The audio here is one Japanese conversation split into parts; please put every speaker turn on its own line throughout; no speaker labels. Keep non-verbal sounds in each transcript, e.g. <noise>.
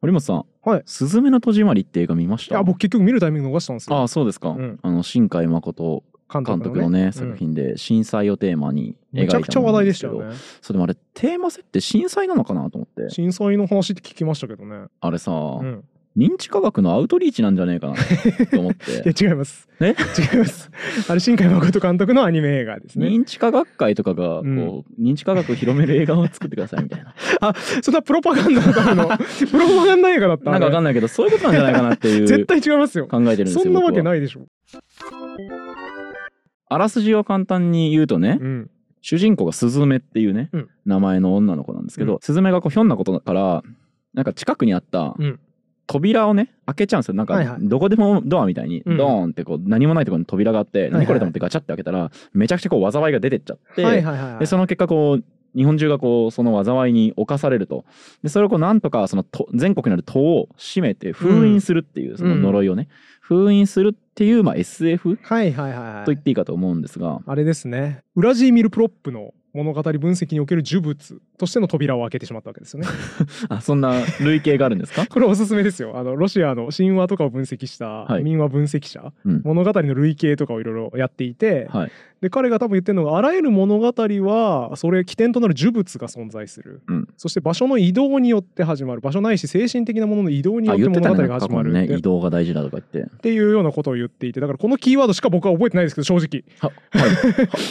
堀本さん、
はい
すずめの戸締まりって映画見まし
い
た
や僕結局見るタイミング逃したんですよ
ああそうですか、
うん
あの新海誠
監
監督のね作品で震災をテーマに
めちゃくちゃ話題でしたよね
それでもあれテーマ設定震災なのかなと思って
震災の話って聞きましたけどね、
あれさ、
うん、
認知科学のアウトリーチなんじゃねえかなと思っ
い <laughs>
て
や違います
ね
違いますあれ新海誠監督のアニメ映画ですね
認知科学会とかがこう、
うん
認知科学を広める映画を作ってくださいみたい
<laughs>
な
そんなプロパガンダのため
<laughs>
のプロパガンダ映画だった
なんかわか
ん
んないけどそういうことなんじゃないかなってい
<laughs> 絶
う
対違いますよ
考えてるんですよ
そんなわけ
僕は
ないでしょ、
あらすじを簡単に言うとね、
うん、
主人公がスズメっていうね、
うん
名前の女の子なんですけど、
うん
スズメがこうひょんなことだからなんか近くにあった
うん
扉をね開けちゃうんですよなん
はいは
か
い
どこでもドアみたいに
うん
ドーンってこう何もないところに扉があって、
いはい
何これと思ってガチャって開けたらめちゃくちゃこう災いが出てっちゃって、
はいはいはいはい
でその結果こう日本中がこうその災いに侵されるとでそれをこうなんとかそのと全国にある塔を閉めて封印するっていうその呪いをね、封印するっていう、まあ、SF
はいはいはいはい
と言っていいかと思うんですが、
あれですねウラジーミル・プロップの物語分析における呪物としての扉を開けてしまったわけですよね
あそんな類型があるんですか
<laughs> これおすすめですよあのロシアの神話とかを分析した
はい
民話分析者、
うん
物語の類型とかをいろいろやっていて、
はい
で彼が多分言ってるのがあらゆる物語はそれ起点となる呪物が存在する、
うん
そして場所の移動によって始まる場所ないし精神的なものの移動によ
あ
って
言って
物
た
語
ね
が
過
始
去
まる
に
っ
ね
て,、
移動が大事だとか言って
っていうようなことを言っていてだからこのキーワードしか僕は覚えてないですけど正直
ははい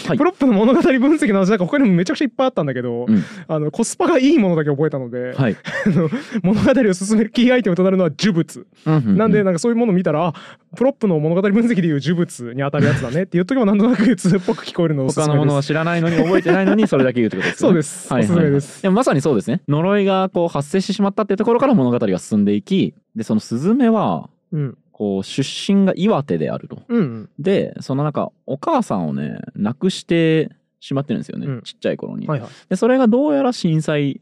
はい
プロップの物語分析の話なんか他にもめちゃくちゃいっぱいあったんだけど、
うん
あのコスパがいいものだけ覚えたの
<laughs>
で、
はい
<laughs> あの物語を進めるキーアイテムとなるのは呪物、
うんうう
なんでなんかそういうものを見たらあプロップの物語分析でいう呪物に当たるやつだねって言っとけばなんとなく通っぽく聞こえるのをおすす
他
めです
のものは知らないのに覚えてないのにそれだけ言うってことです
そ
よ
う
ね
です、おすすめです
でもまさにそうですね呪いがこう発生してしまったっていうところから物語が進んでいきでそのスズメは
うん
こう出身が岩手であると
うん
でその中お母さんをね亡くしてしまってるんですよね、
うん
ちっちゃい頃に、
はいはい
でそれがどうやら震災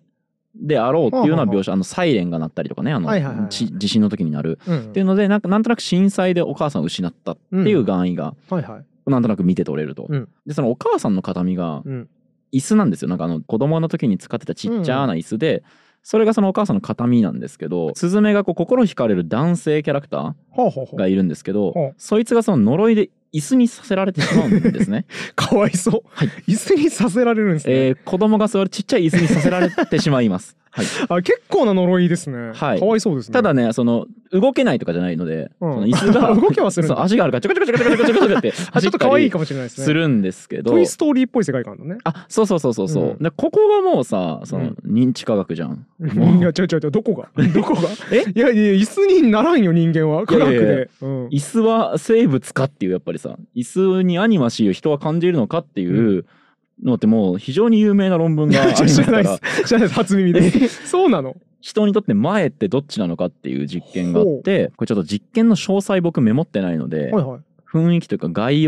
であろうっていうのは描写あのサイレンが鳴ったりとかねあの、
はいはいはい
ち地震の時になる
うん
っていうのでなんかなんとなく震災でお母さんを失ったっていう願意が
はいはい
なんとなく見て取れると、
うん
でそのお母さんの形見が
うん
椅子なんですよなんかあの子供の時に使ってたちっちゃな椅子で、それがそのお母さんの形見なんですけどスズメがこう心惹かれる男性キャラクタ
ほうほう
ー
ほ
が
う
いるんですけど、
ほう
そいつがその呪いで椅子にさせられてしまうんです
<laughs>
ね、
かわいそう、
はい
椅子にさせられるんですね、
えー子供が座るちっちゃい椅子にさせられてしまいます、はい、
あ結構な呪いですね、
はい
かわい <laughs> そうですね
ただねその動けないとかじゃないので、
うん
その椅子が
<laughs> 動きはするん
そ
だ
う足があるからちょこちょこちょこちょこちょこちょこって
あち
走
ょ
っ
っと
た
可愛い
り
かもしれないですね
するんですけど
トイ・ストーリーっぽい世界観だね
あそうそうそうそうそう、
うん
でここがもうさその認知科学じゃん、 <laughs>
い
もう
や、ちょちょちょ、どこ
<laughs>
がどこが
え
いやいや、椅子にならんよ、人間は。科学
いやいやいや
で。うん
椅子は生物かっていうやっぱりさ椅子にアニマシーを人は感じるのかっていうのってもう非常に有名な論文があり <laughs> ま
知
す
らな
か
い
ら
です。知らないです。初耳です。そうなの。
人にとって前ってどっちなのかっていう実験があってこれちょっと実験の詳細僕メモってないので
はいはい。
雰囲気というか概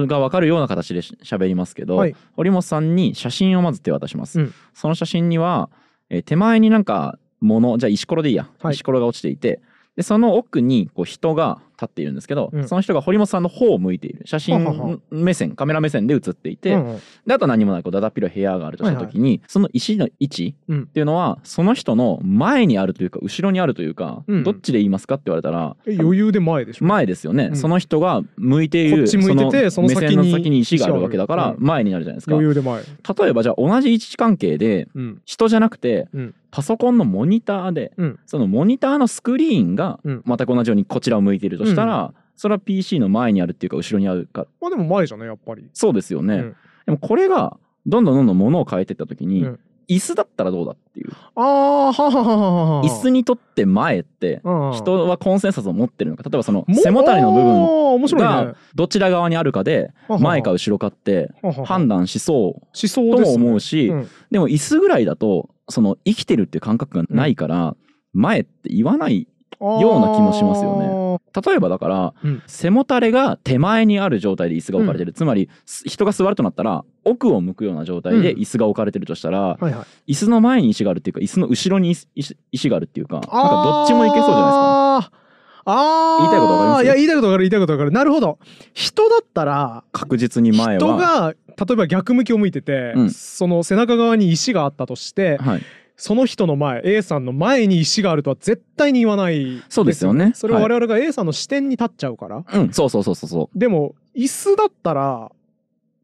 要が分かるような形でし喋りますけど、
はい
堀本さんに写真をまず手渡します、
うん
その写真には、えー手前になんか物じゃあ石ころでいいや、
はい
石ころが落ちていてでその奥にこう人が立っているんですけど、
うん
その人が堀本さんの方を向いている写
ははは
真目線カメラ目線で写っていて、
うんうん
であと何もないこうだだっ広い部屋があるとした時に、その石の位置
うん
っていうのはその人の前にあるというか後ろにあるというか、
うん
どっちで言いますかって言われたら
え余裕で前でしょ。
前ですよね、
うん
その人が向いている
こっち向いててその
目
先に
線の先に石があるわけだから
石がある
前になるじゃないですか、
余裕で前。
例えばじゃあ同じ位置関係で
うん。
人じゃなくて
うん
パソコンのモニターで、
うん
そのモニターのスクリーンが
うん
全く同じようにこちらを向いているとしたら、それは PC の前にあるっていうか後ろにあるか
まあでも前じゃない、やっぱり。
そうですよね、
うん
でもこれがどんどんどんどん物を変えていった時に、
うん
椅子だったらどうだっていう
あー、ははははは。
椅子にとって前って
うん、
人はコンセンサスを持ってるのか例えばその背もたれの部
あー
分
面白いね
がどちら側にあるかで
はは。
前か後ろかって
ははは
判断しそう
思想
と
で
も
すね
思うし、
うん
でも椅子ぐらいだとその生きてるっていう感覚がないから前って言わないような気もしますよね例えばだから、
うん
背もたれが手前にある状態で椅子が置かれてる、つまりす人が座るとなったら奥を向くような状態で
うん
椅子が置かれてるとしたら
あ、ーはいはい。
椅子の前に石があるっていうか椅子の後ろに石石石があるっていうかなん
あー
かどっちもいけそうじゃないですか。
あー
言いたいことわかります
いや言いたいことわかる言いたいことわかるなるほど人だったら
確実に前は
人が例えば逆向きを向いてて、
うん
その背中側に石があったとして
はい、
その人の前 A さんの前に石があるとは絶対に言わない
そうですよね
それは
はい
我々が A さんの視点に立っちゃうから、
うん、そうそうそうそうそ
でも椅子だったら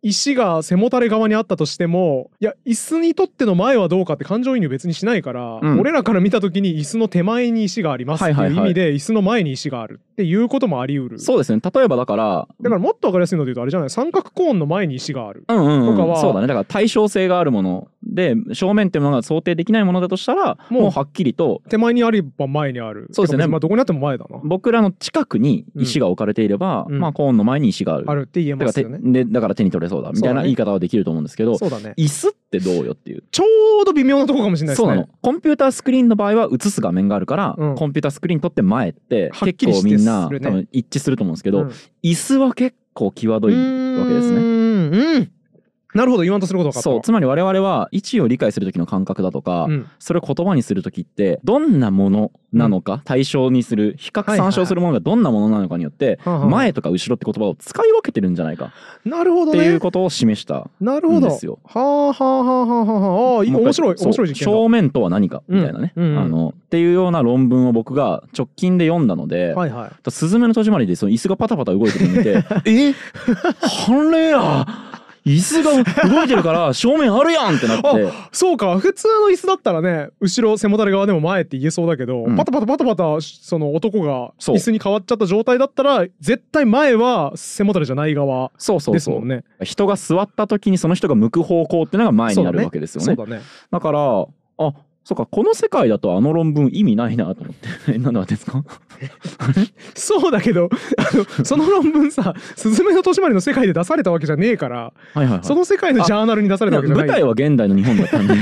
石が背もたれ側にあったとしてもいや椅子にとっての前はどうかって感情移入別にしないから、
うん
俺らから見た時に椅子の手前に石がありますって
はいはい
いう意
はい
味で椅子の前に石があるっていうこともあり得る
う。そうですね。例えばだから、
だからもっと分かりやすいので言うとあれじゃない三角コーンの前に石がある。
うんうんうん、
とかは
そうだねだから対称性があるもので正面っていうものが想定できないものだとしたらも
もう
うはっきりと
手前にあれば前にある。
そうですね
てかまあどこにあっても前だな。
僕らの近くに石が置かれていれば、
うん
まあ、コーンの前に石がある
あるって
だ
言えま
から
す
手
よ
で
ね。
だから手に取れそうだみたい
そうだ
な
ね
言い方はできると思うんですけど、
そうだね。
椅子ってどうよっていう
ちょうど微妙なとこかもしれないです
そ
ね。
うなのコンピュータースクリーンの場合は映す画面があるから、
うん
コンピュータースクリーン撮って前って
はっ
結
きりし
構
て
みんな、
するね
多分一致すると思うんですけ
け
ど、椅子は結構際どいわけですね
うんうん。なるほど言わんとすることが分かった
そう
わ。
つまり我々は位置を理解する時の感覚だとか、
うん
それを言葉にする時ってどんなものなのか、対象にする比較参照するものがどんなものなのかによって、
はあはあ
前とか後ろって言葉を使い分けてるんじゃないか
なるほど
ってい
ね
う。ことを示した。
なるほ
ん
ど。
ですよ
はあはあはあはあはあああい
もう
面
一回
白い
そう
面白い実験だ。
正面とは何かみたいなね、
うんうんうん
あのっていうような論文を僕が直近で読んだので。
はいはい。
スズメの戸締まりでその椅子がパタパタ動いてるのを見
<laughs>
て「え判例や椅子が動いてるから正面あるやん!」って
<laughs>
なって
そうか普通の椅子だったらね後ろ背もたれ側でも前って言えそうだけど、
うん
パタパタパタパタその男が
そう
椅子に変わっちゃった状態だったら絶対前は背もたれじゃない側
そうそう
です
そう
もんね。
人が座った時にその人が向く方向っていうのが前になるわけですよね。
そ
だ
うだね。
からあそうかこの世界だとあの論文意味ないなと思って <laughs> えなんでですか
そうだけどあのその論文さ「すずめの戸締まり」の世界で出されたわけじゃねえから
はいはい、はい、
その世界のジャーナルに出されたわけじゃない
舞台は現代の日本だったん
<laughs>
で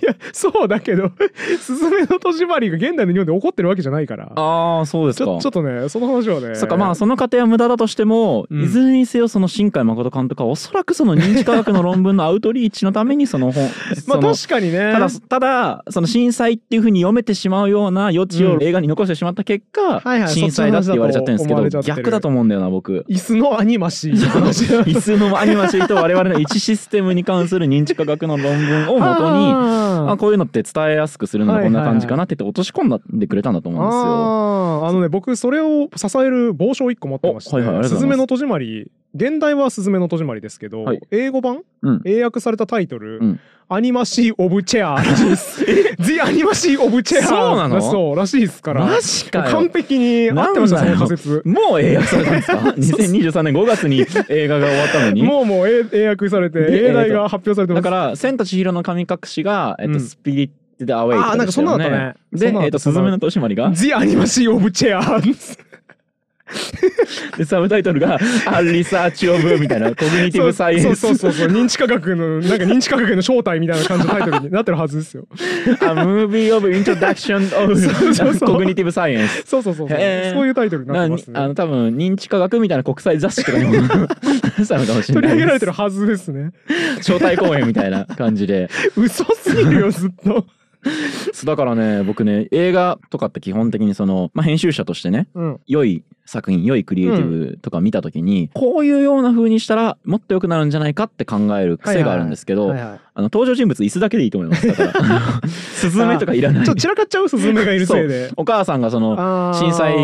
いやそうだけど「すずめの戸締まり」が現代の日本で起こってるわけじゃないから
ああそうです
ち
か
ょちょっとねその話はね
そっかまあその過程は無駄だとしても、
うん
いずれにせよその新海誠監督はおそらくその認知科学の論文のアウトリーチのためにその本
<laughs> ま
そ
あ
の
確かにね
ただただその震災っていうふうに読めてしまうような余地
う
を
ん
映画に残してしまった結果、
はいはい
震災だって言われちゃってるんですけ
そ
ど
っちの話だと思われちゃってる
逆だと思うんだよな僕。
椅子のアニマシーの話
<laughs> 椅子のアニマシーと我々の位置システムに関する認知科学の論文をもとに
あ
あこういうのって伝えやすくするの
は
が
いは
こ
い
ん
はい
な感じかなって言って落とし込んでくれたんだと思うんですよ。
あーあのね僕それを支える帽子を一個持ってまして「
おはいはいありがと
す
うござ
ず
います
めの戸締まり」現代は「すずめの戸締まり」ですけど、
はい
英語版、
うん
英訳されたタイトル「
うん
アニマシー・オブ・チェア」
<laughs>
らしいです The アニマシー・オブ・チェア
そうなの
そうらしいですから
マジか
完
よ
璧に合ってまし
なんだ
たその
よ
仮説
もう映画されたんです
<laughs>
か2023年5月に映画が終わったのに
もうもう英英訳されて
で
英題が発表されてま
だ
す
から「千と千尋の神隠し」が「えっ
う
と
ん
スピリット・でアウェイ」
あーなんかそんなのだったね
で
そんなのだった
えっと「すずめの戸締まり」が
The アニマシー・オブ・チェア
でサブタイトルが「アンリサーチ・オブ」み
<laughs>
たいなコミュニティブ・サイエンス
そうそうそうそう認知科学のなんか認知科学の正体みたいな感じのタイトルになってるはずですよ
A movie of introduction of
そうそうそう
cognitive science
そうそうそうそう、
へー
そういうタイトルになってます
あ
ね
の多分認知科学みたいな国際雑誌とかにも <laughs> 出したのかもしれ
取り
な
上
い
げられ
です
てるはずですね
招待公演みたいな感じで
嘘すぎるよずっ
<laughs>
と、
そうだからね僕ね映画とかって基本的にその、まあ、編集者としてね
うん、
良い作品良いクリエイティブとか見た時に、こういうような風にしたらもっと良くなるんじゃないかって考える癖があるんですけど、
はい
あの登場人物椅子だけでいいと思いますだから
<laughs>
スズメとかいらない
ちょっと散らかっちゃうスズメがいるせいで
お母さんがその
あー
震災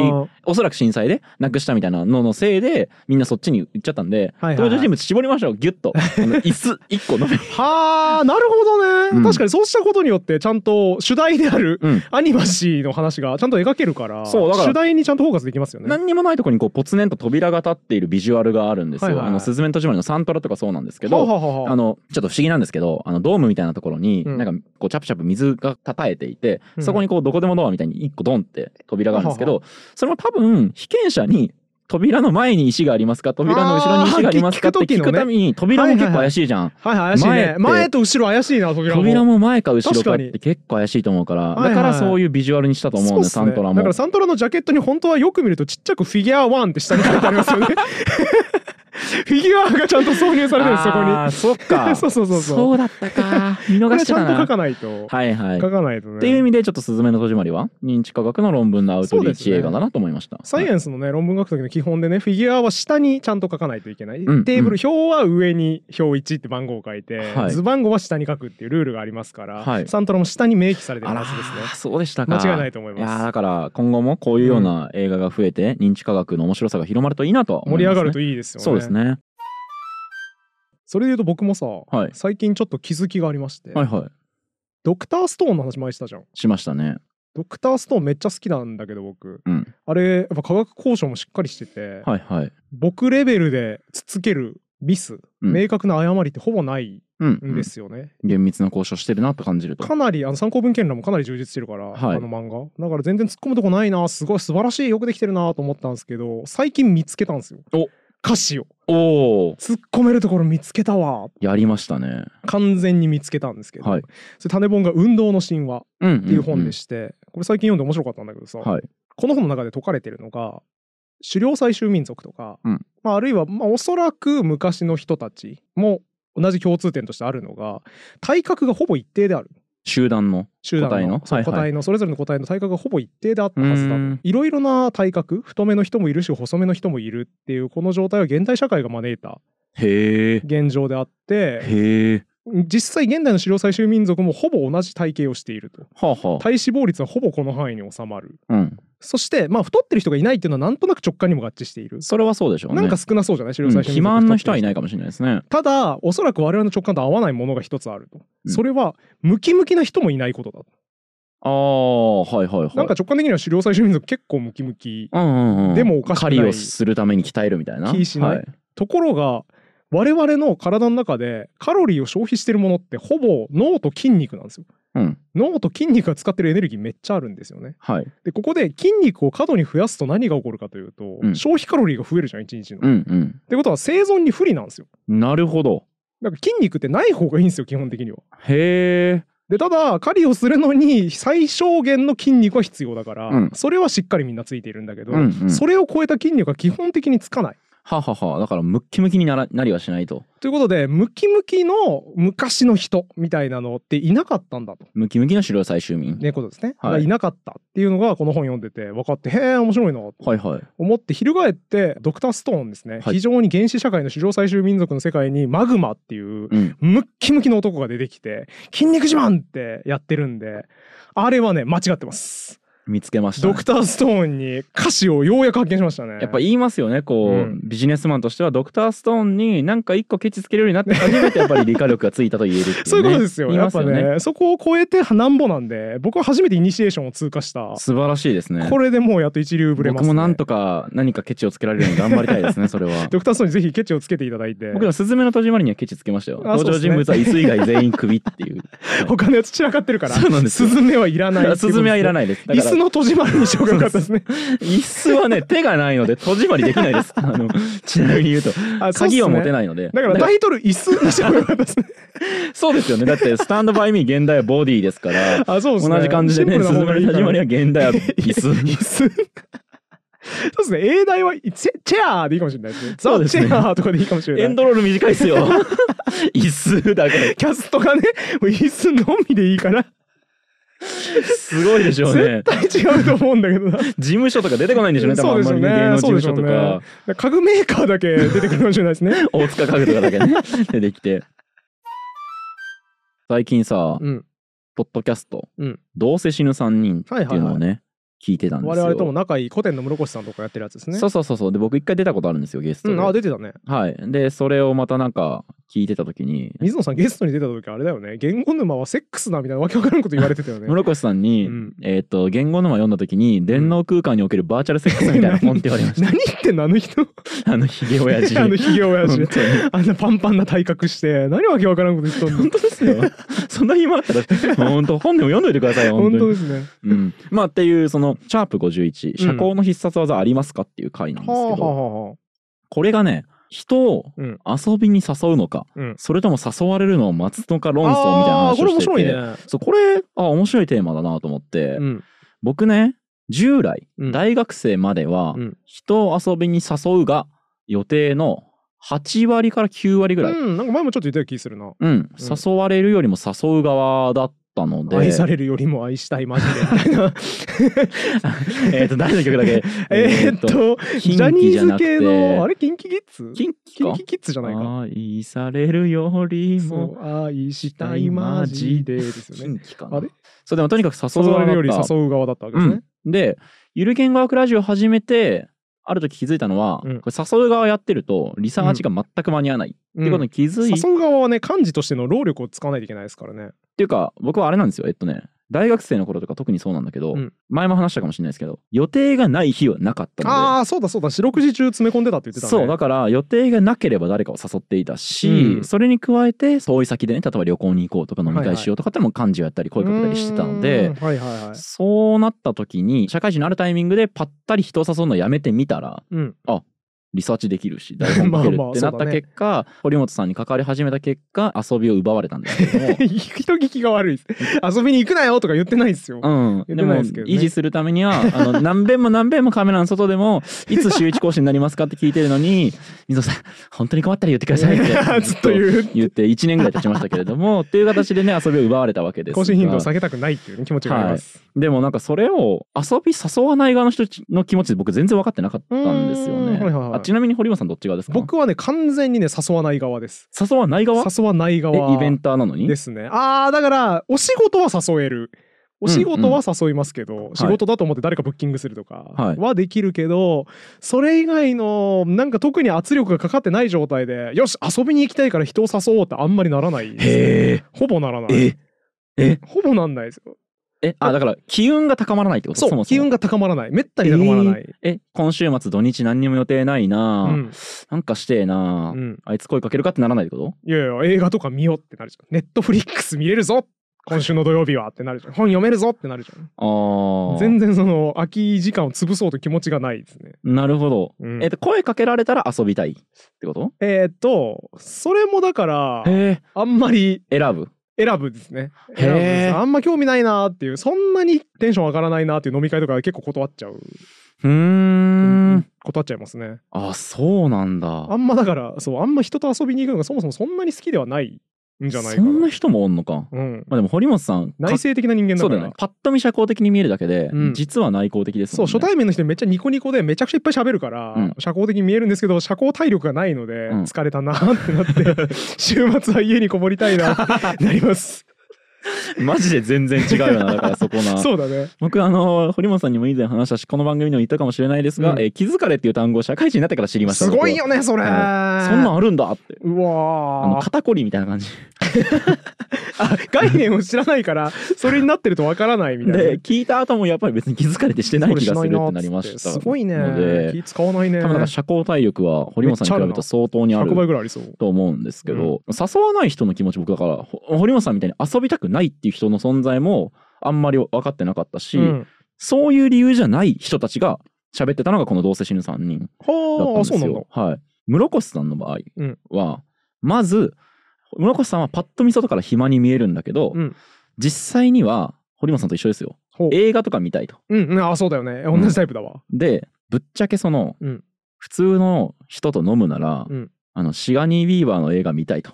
おそらく震災でなくしたみたいなののせいでみんなそっちに行っちゃったんで、
はいはいはい
登場人物絞りましょうギュッ
<laughs>
とあの椅子1個のみ、
はあなるほどね、
うん
確かにそうしたことによってちゃんと主題である
うん、
アニマシーの話がちゃんと描けるから
そうだから
主題にちゃんとフォーカスできますよね
何にもないとこにこうポツネンと扉が立っているビジュアルがあるんですよ。
はいはいはい
あのスズメの戸締まりのサントラとかそうなんですけど、
はあはあはあ
あのちょっと不思議なんですけどあのドームみたいなところに、
うん
なんかこうチャプチャプ水がたたえていて、
うん
そこにこうどこでもドアみたいに一個ドンって扉があるんですけど、それも多分被験者に扉の前に石がありますか扉の後ろに石がありますかって
あー聞く時
聞
のね
くために扉も結構怪しいじゃん。
はいはい怪しい
前っ
ね
て
前と後ろ怪しいな扉も
扉も前か後ろかっ
確か
て結構怪しいと思うから
はいはい
だからそういうビジュアルにしたと思うん
そう
で
っす
サ
ね
ントラ
だ
も <laughs>
からサントラのジャケットに本当はよく見るとちっちゃくフィギュア1って下に書いてありますよねフィギュアがちゃんと挿入されてるんですそこ
あー
に
そっか
<laughs> そうそうそうそう
そうだったか見
こ
逃
れ
し
ち
て
ゃ
た
んと書
な
かないと
はいはい
書かないとね
っていう意味でちょっと「すずめの戸締まりは」認知科学の論文のアウトリーチ映画だなと思いました、
サイエ
はい
ンスのね論文学時の基本でねフィギュアは下にちゃんと書かないといけない、
うん
テーブル表は上に表1って番号を書いて、
はい
図番号は下に書くっていうルールがありますから、
はい
サントラも下に明記されてる
あ
は
ら
ずですね
ーそうでしたか
間違いない
と
と思い
いや
ま
ー
す
だから今後もこういうような映画が増えて認知科学の面白さが広まるといいなとは思
盛
い
り
ます、ね、
上がるといいですよね
そうですね
それで言うと僕もさ、
い
最近ちょっと気づきがありまして、
はいは
ドクターストーンの話前したじゃん
いしましたね
ドクターストーンめっちゃ好きなんだけど僕
うん
あれやっぱ科学交渉もしっかりしてて、
はいはい
僕レベルでつつけるミス、
うん
明確な誤りってほぼない
うん、うん
んですよね、
厳密な交渉してるなと感じると
かなりあの参考文献欄もかなり充実してるから、
はい
あの漫画だから全然突っ込むとこないなすごい素晴らしいよくできてるなと思ったんですけど最近見つけたんですよ
お
歌詞を
おお
突っ込めるところ見つけたわ
やりましたね
完全に見つけたんですけど、
はい
それ種本が「運動の神話」
うんうん、
っていう本でして、これ最近読んで面白かったんだけどさ、
はい
この本の中で解かれてるのが狩猟採集民族とか、
うん
まあ、あるいは、まあ、おそらく昔の人たちも同じ共通点としてあるのが体格がほぼ一定である
集団の
集団の
個体の
そう
はいはい
個体のそれぞれの個体の体格がほぼ一定であったはずだ
う
と
ん
いろいろな体格太めの人もいるし細めの人もいるっていうこの状態は現代社会が招いた
へえ
現状であって
へえ
実際現代の狩猟採集民族もほぼ同じ体型をしていると
はあはあ
体脂肪率はほぼこの範囲に収まる
うん
そしてまあ太ってる人がいないっていうのはなんとなく直感にも合致している
それはそうでしょうね
なんか少なそうじゃない狩
う
猟
ん
採集民族
肥満の人はいないかもしれないですね
ただおそらく我々の直感と合わないものが一つあると、
うん
それはムキムキな人もいないことだと
ああはいはいはい
なんか直感的には狩猟採集民族結構ムキムキ
うんうんうん、
でもおかしくない
狩りをするために鍛えるみたいな
気しない
はい
ところが我々の体の中でカロリーを消費してるものってほぼ脳と筋肉なんですよ
うん
脳と筋肉が使ってるエネルギーめっちゃあるんですよね
はい
でここで筋肉を過度に増やすと何が起こるかというと、
うん
消費カロリーが増えるじゃん一日の、
う
っ
ん
てことは生存に不利なんですよ
うんなるほど
だから筋肉ってない方がいいんですよ基本的には
へえ
でただ狩りをするのに最小限の筋肉は必要だから、
うん
それはしっかりみんなついているんだけど、
うんうん
それを超えた筋肉は基本的につかない
はははだからムッキムキにならなりはしないと
ということでムキムキの昔の人みたいなのっていなかったんだと。
ムキムキの狩猟採集民、
ね、ことですね、
はい
がいなかったっていうのがこの本読んでて分かってへえ面白いなと
はいはい
思って翻ってドクター・ストーンですね、
はい
非常に原始社会の狩猟採集民族の世界にマグマっていう
うん
ムッキムキの男が出てきて筋肉自慢ってやってるんであれはね間違ってます、
見つけました、
ド
ね
クター・ストーンに歌詞をようやく発見しましたね
やっぱ言いますよねこう、
うん、
ビジネスマンとしてはドクターストーンになんか一個ケチつけるようになって初めてやっぱり理解力がついたと言えるっていう、ね
そういうことですよ
言い
や
ま
っ
す
ぱ
よね
ねそこを超えてなんぼなんで僕は初めてイニシエーションを通過した
素晴らしいですね
これでもうやっと一流ぶれます、
僕
ね、
もなんとか何かケチをつけられるように頑張りたい
<laughs>
ですねそれは
ドクターストーンにぜひケチをつけていただいて
僕のスズメの戸締まりにはケチつけましたよ
あそう
登
で
場
すね
人物は椅子以外全員クビっていう
他のやつ散らかってるから
そうなんです
ス
よ
ズメはいらない
スズメはいら
ない
ないです。だから
椅子の閉じまりにしようかよかったですね
椅子はね、手がないので、戸締まりできないです。あ
<laughs>
の、ちなみに言うと、
あそうっすね
鍵を持てないので。
だからタイトル椅子にしようかよかったですね
そうですよね。だって、スタンドバイミー現代はボディですから、
あそうですね
同じ感じでね、
シン
スズ
プルな
メ
方がいい
の
か
戸
ら
締まりは現代は椅
椅
子。
子そうですね英題はチェチェアーでいいかもしれないですね
そうですね
ザ・チェアーとかでいいかもしれない
エンドロール短いですよ。 <laughs> 椅子だから、
キャストがねもう椅子のみでいいから
すごいでしょうね
絶。対違うと思うんだけどな
事務所とか出てこないんでしょうね、多分
そう
あん
で
ますり
よね
ね芸能事務所と
そう
か
で、家具メーカーだけ出てくるかもしれないですね
大塚家具とかだけね、
<laughs>
出てきて。最近さ、
うん
ポッドキャスト
うん
「どうせ死ぬ3人」っていうのを
はい
ね聞いてたんです
我
よ。
々とも仲いい古典の室越さんとかやってるやつですね
そうそうそうそうで僕一回出たことあるんですよゲスト
うん、あ
で。
出てたね
はい、でそれをまたなんか聞いてた時に
水野さんゲストに出た時あれだよね言語沼はセックスだみたいなわけわからんこと言われてたよね
室越さんに「
うん
えー、と言語沼」読んだ時に電脳空間におけるバーチャルセックスみたいな本って言われまし
何言ってんのあの人 <laughs>
たあのヒゲ親父
あのひげ親
本
父
当に
あんなパンパンな体格して何わけわからんこと言っとんの
本当です
<laughs>
よそんな暇あったら本当本でも読んどいてくださいよ本
本
当
当
に
ですね
うん、まあっていうその「シャープ #51 社交の必殺技ありますか?」っていう回なんですけど、
はあはあはあ
これがね人を
うん
遊びに誘うのか、
うん
それとも誘われるのを待つのか論争みたいな
あー
話
これ
を
面
して
白い
て
ね
そうこれあ面白いテーマだなと思って、
うん
僕ね従来、
うん
大学生までは、
うん
人を遊びに誘うが予定の8割から9割ぐらい、
うん、なんか前もちょっと言ったような気するな。
うん、誘われるよりも誘う側だったので
愛されるよりも愛したいマジでみたいな。
<laughs> えっと誰の曲だっけ
<laughs> えーっと、ジャニーズ系の、あ
れ
れ、キンキキッズ
キンキ
キ
か
ンキキッズじゃないか。
愛されるより
そ
も
う愛したいマジでですよ
キ
ね。
ンキかな
あれ
そうでもとにかく誘
誘
う側だ
われ
った
るより誘う側だったわけですね。
でゆる言語学ラジオを始めてある時気づいたのは、
うん
これ誘う側やってるとリサーチが全く間に合わないって
うん
いうことに気づい
誘う側はね漢字としての労力を使わないといけないですからね。
っていうか僕はあれなんですよえっとね大学生の頃とか特にそうなんだけど、
うん
前も話したかもしれないですけど予定がない日はなかったの
ああそうだそうだ四六時中詰め込んでたって言っ
で
てたね。
そうだから予定がなければ誰かを誘っていたし、
うん
それに加えて遠い先でね例えば旅行に行こうとか飲み
はいは
会
い
しようとかってのも漢字をやったり声かけたりしてたので、
うーんはいはいはい。
そうなった時に社会人になるタイミングでぱったり人を誘うのやめてみたら
うん
リサーチできるし台本書ける
<laughs> まあまあ
ってなっ
そうだ
た
ね。
結果、堀本さんに関わり始めた結果遊びを奪われたんですけども
<laughs> 人聞きが悪いです。遊びに行くなよとか言ってないですよ。
うん、
言
で
ってな
も
いですけどね
維持するために
<laughs>
はあの何遍も何遍もカメラの外でもいつ週一更新になりますかって聞いてるのに「水野さん本当に困ったら言ってください」って
<laughs> ずっと言う。
言って1年ぐらい経ちましたけれどもっていう形でね遊びを奪われたわけですが
更新頻度を下げたくないっていうね気持ちがあります。
でもなんかそれを遊び誘わない側の人の気持ち僕全然分かってなかったんですよ
うー
ね、
んはいはいは
あ
い
ちなみに堀本さんどっち側ですか
僕はね完全にね誘わない側です。
誘わない側
誘わない側
えイベンターなのに
ですね。ああだからお仕事は誘える。お仕事は誘いますけど、
い
仕事だと思って誰かブッキングすると
は
か
い
はできるけど、それ以外のなんか特に圧力がかかってない状態でよし遊びに行きたいから人を誘おうってあんまりならないですね
へ
ほぼならな
え
い
ええ
ほぼなんないですよ
えあだから機運が高まらないってこと
そう
もも
気運が高まらないめったに高まらない、
え今週末土日何にも予定ないな、
うん
なんかしてえな、
うん、
あいつ声かけるかってならないってこと
いやいや映画とか見ようってなるじゃんネットフリックス見れるぞ今週の土曜日はってなるじゃん本読めるぞってなるじゃん
ああ
全然その空き時間を潰そうと気持ちがないですね、
なるほど、
うん
えっと声かけられたら遊びたいってこと
えーっとそれもだから
へ
あんまり
え選ぶ
選ぶですね
へー
選ぶんですあんま興味ないなーっていうそんなにテンション上がらないなーっていう飲み会とか結構断っちゃう
うーん
断っちゃいますね
あそうなんだ
あんまだからそうあんま人と遊びに行くのがそもそもそんなに好きではないんじゃないか
そ
なん
な人もおんのか
うん、
まあでも堀本さんか
内省的な人間だ
そう
か
だ
ら
よねパッと見社交的に見えるだけで、
うん
実は内向的です
そ
も
うん
ね
初対面の人にめっちゃニコニコでめちゃくちゃいっぱい喋るから、
うん
社交的に見えるんですけど社交体力がないので
うん
疲れたなーってなって、
<laughs>
週末は家にこもりたいなってなります。
<laughs> マジで全然違うよなだからそこ
<laughs>
な
そうだね。
僕あの堀本さんにも以前話したしこの番組でも言ったかもしれないですが、
うん
えー気づかれっていう単語を社会人になってから知りました
すごいよねそれ。
うんそん僕はそんなんあるんだってあ
う
の
わー
肩こりみたいな感じ
あ概念を知らないからそれになってるとわから <laughs> ないみたいな。
で聞いた後もやっぱり別に気づかれてしてない気がするってなりました
すごいね
ので
気使わないね
多分なんか社交体力は堀本さんに比べると相当にある
100倍ぐらいありそう
と思うんですけど、誘わない人の気持ち僕だからほ堀本さんみたいに遊びたくないっていう人の存在もあんまり分かってなかったし、
うん
そういう理由じゃない人たちが喋ってたのがこの「どうせ死ぬ3人」だったん
はあ
で
そ
す
うなんだ
よ。はい、室越さんの場合は、まず室越さんはパッと見外から暇に見えるんだけど、
うん
実際には堀本さんと一緒ですよ
ほう
映画とか見たいと。
うんうんあそうだよね同じタイプだわ
でぶっちゃけその、
うん
普通の人と飲むなら、
うん
あのシガニー・ビーバーの映画見たいと。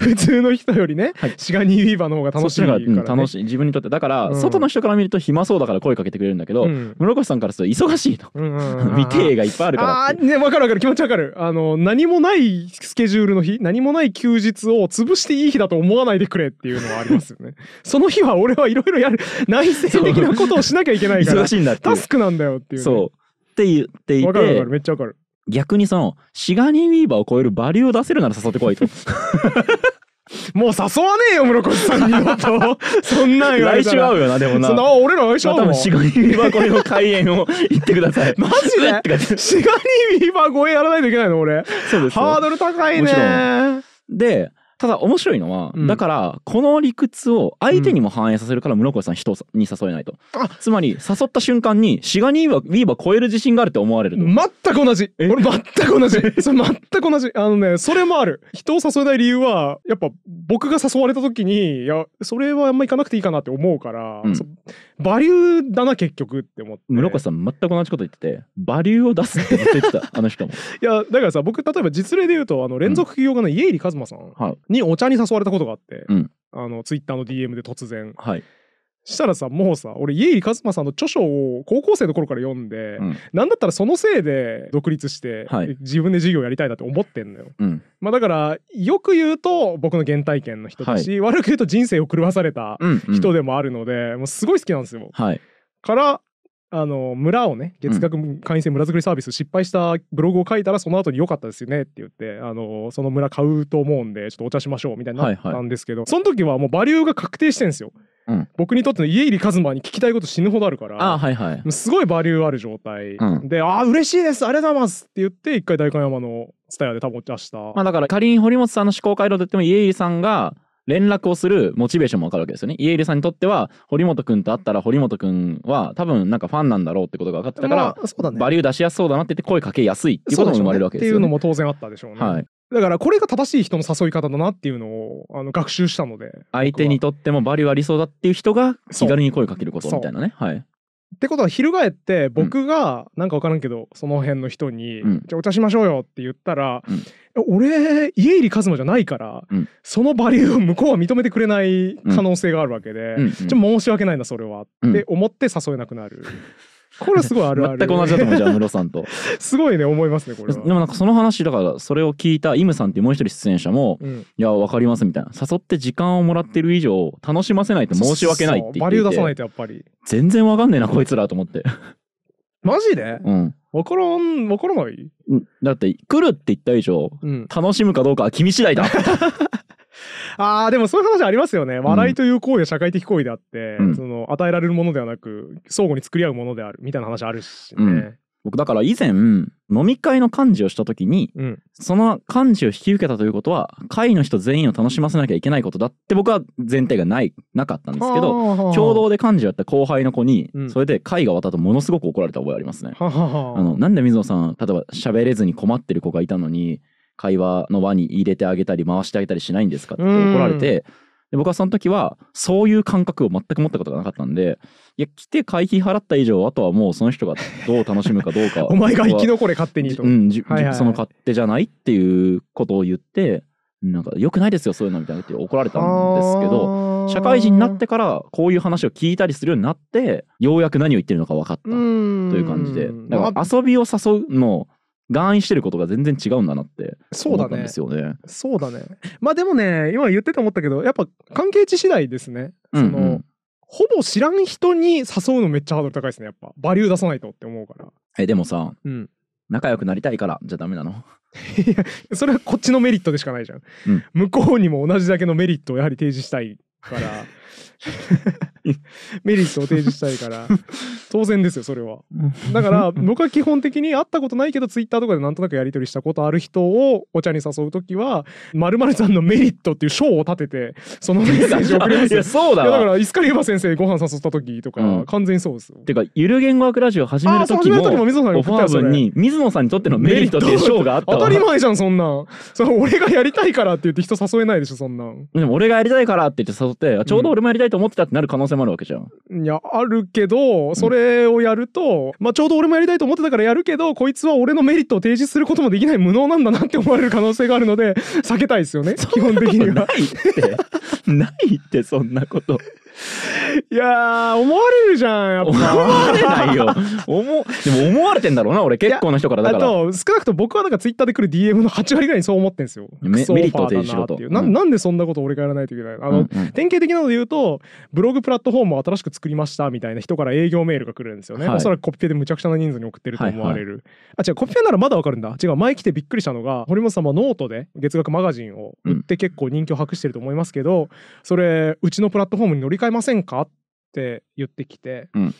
普通の人よりね
はい
シガニー・ウィーバーの方が楽しいから
そっちの方がうん
ね
楽しい自分にとってだから、
うん
外の人から見ると暇そうだから声かけてくれるんだけど、
うん
室越さんからすると忙しいと。
うんうんうん
見て映画いっぱいあるから
あ
って
ーねわかるわかる気持ちわかるあの何もないスケジュールの日何もない休日を潰していい日だと思わないでくれっていうのはありますよねその日は俺はいろいろやる内省的なことをしなきゃいけないか
忙
ら
しいんだっていう
タスクなんだよっていうね
そうって言ってい
わかるわか
て
るめっちゃわかる
逆にそのシガニー・ウィーバーを超えるバリューを出せるなら誘ってこいと
もう誘わねえよ室越さん二度とそん <laughs> なん言われ
来
た
週
ら
会うよなでもな
そんなあ俺ら来週
まあ多
会うもん
分シガニー・ウィーバー超えの開演を言ってくだ
<laughs>
さい
マジ
うっって
で
感じ
シガニービーバー超えやらないといけないの俺
そうですよ
ハードル高い
もちろ
ね
でただ面白いのは、
うん
だからこの理屈を相手にも反映させるから室越さん人に誘えないと、
あ
つまり誘った瞬間にシガニーはウィーバー超える自信があるって思われると、
全く同じ俺全
<laughs>
く同じそれ全く同じあのねそれもある人を誘えない理由はやっぱ僕が誘われた時にいやそれはあんま行かなくていいかなって思うから、
うん
そバリューだな結局って思って
室越さん全く同じこと言っててバリューを出すってずっと言ってたあの人も
いやだからさ僕例えば実例で言うとあの連続起業家の家入一馬さん
はい
にお茶に誘われたことがあって、
うん
あのツイッターの DM で突然 <laughs>
はい、
したらさもうさ俺家入一馬さんの著書を高校生の頃から読んで、
うん
なんだったらそのせいで独立して、
はい
自分で事業やりたいなって思ってんのよ。
うん
まあ、だからよく言うと僕の原体験の人だし、悪く言うと人生を狂わされた
うんうん
人でもあるので、もうすごい好きなんですよ。
はい
からあの村をね月額会員制村づくりサービス失敗したブログを書いたらその後に良かったですよねって言ってあのその村買うと思うんでちょっとお茶しましょうみたいになっ
はい
た
は
んですけど、その時はもうバリューが確定してんですよ、
うん
僕にとっての家入一馬に聞きたいこと死ぬほどあるから
あーはいはい
もうすごいバリューある状態、
うん
で「ああ嬉しいですありがとうございます」って言って一回代官山の蔦屋で多分お茶した、
まあだから仮に堀本さんの思考回路で言っても家入さんが連絡をするモチベーションもわかるわけですよね。家入さんにとっては堀本くんと会ったら堀本くんは多分なんかファンなんだろうってことが分かってたから、
まあそうだね
バリュー出しやすそうだなって言って声かけやすいっていうことも生まれるわけですよ
そうでしょうねっていうの
ね。
も当然あったでしょうね、
はい、
だからこれが正しい人の誘い方だなっていうのをあの学習したので
相手にとってもバリューありそうだっていう人が
そう
気軽に声かけることみたいなね。はい、
ってことは翻って僕がなんか分からんけど、その辺の人に「
うん
じゃあお茶しましょうよ」って言ったら
うん
「え俺家入一馬じゃないから、
うん
そのバリューを向こうは認めてくれない可能性があるわけで、
うんうん
ちょっと申し訳ないなそれは」
うん
って思って誘えなくな
<laughs>
る。これすごいあるあ
全
る。
く同じだと思うじゃあ室さん
<laughs>
と。
すごいね思いますねこれ
で
は。
もなんかその話だからそれを聞いたイムさんっていうもう一人出演者も
うん
「いや分かります」みたいな誘って時間をもらってる以上楽しませないと申し訳ないって言っていて
そうバリュー出さないとやっぱり。
全然わかんねえなこいつらと思って、
マジで
うん、
分からん分からない、
だって来るって言った以上
うん、
楽しむかどうかは君次第だ <laughs>
あーでもそういう話ありますよね。笑いという行為は社会的行為であって、
うん
その与えられるものではなく相互に作り合うものであるみたいな話あるしね。
うん僕だから以前飲み会の幹事をした時に
うん
その幹事を引き受けたということは会の人全員を楽しませなきゃいけないことだって僕は前提がないなかったんですけど
ど
共同で幹事をやった後輩の子に
うん
それで会が終わった後ものすごく怒られた覚えありますね。
ははは
あのなんで水野さん例えば喋れずに困ってる子がいたのに会話の輪に入れてあげたり回してあげたりしないんですかって
うん
怒られてで僕はその時はそういう感覚を全く持ったことがなかったんでいや来て会費払った以上あとはもうその人がどう楽しむかどうか
お前が生き
っ
残れ勝手にと。
うんじゅ
はいはいはい
その勝手じゃないっていうことを言ってなんか良くないですよそういうのみたいなって怒られたんですけど
あー
社会人になってからこういう話を聞いたりするようになってようやく何を言ってるのか分かった。
うん
という感じで、だ
ま
か
あ
ら遊びを誘うの、含意してることが全然違うんだなって
そう
思
だ
ったん
ね
ですよね。
そうだねまあでもね今言ってて思ったけどやっぱ関係値次第ですね
う
そ
ん
の、
うん
ほぼ知らん人に誘うのめっちゃハードル高いですねやっぱバリュー出さないとって思うから
えでもさ、
うん
仲良くなりたいからじゃダメなの。
いやそれはこっちのメリットでしかないじゃん、
うん
向こうにも同じだけのメリットをやはり提示したいから
<laughs>
メリットを提示したいから当然ですよそれは
<laughs>
だから僕は基本的に会ったことないけどツイッターとかでなんとなくやり取りしたことある人をお茶に誘う時は〇〇さんのメリットっていう賞を立ててそのメッセージを送りま
い
すよ
やそうだ
いやだか
わ。
らイスカリウバ先生ご飯誘った時とか、
うん
完全にそうですよ
てかゆる言語学ラジオ始め
あ
る
ーそう
時
始める時も
も
水野さんに
オ
送
フ
った
ァ
よ
ー
それ
文に水野さんにとってのメリットっていう賞があったわ。
当たり
で
前じゃんそんなんそれ俺がやりたいからって言って人誘えないでしょそんなん
も俺がやりたいからって言って誘ってあちょうど俺もやりたいと思ってたってなる可能性もあるわけじゃん。
いやあるけどそれをやると、まあちょうど俺もやりたいと思ってたからやるけどこいつは俺のメリットを提示することもできない無能なんだなって思われる可能性があるので <laughs> 避けたいです <laughs> よね基本的
<laughs>
に
な
はい
ってないってそんなこと。
いやー思われるじゃんやっ
思
ぱ。
われないよ。思でも思われてんだろうな俺結構な人からだ
あ
から。
と少なくとも僕はなんかツイッターで来る DM の8割ぐらいにそう思ってんですよ。
メ
クソオフ
メ
ァ
リットを提示
だ
し
な
ろ
っ
と
ていうな
うん
なんでそんなこと俺がやらないといけないのあの、
うんうん
典型的なので言うとブログプラットフォームを新しく作りましたみたいな人から営業メールが来るんですよね、
はい
おそらくコピペでむちゃくちゃな人数に送ってると思われる、あ違うコピペならまだわかるんだ違う前来てびっくりしたのが堀本さんはノートで月額マガジンを売って結構人気を博してると思いますけど、それうちのプラットフォームに乗り換えませんかって言ってきて、
うん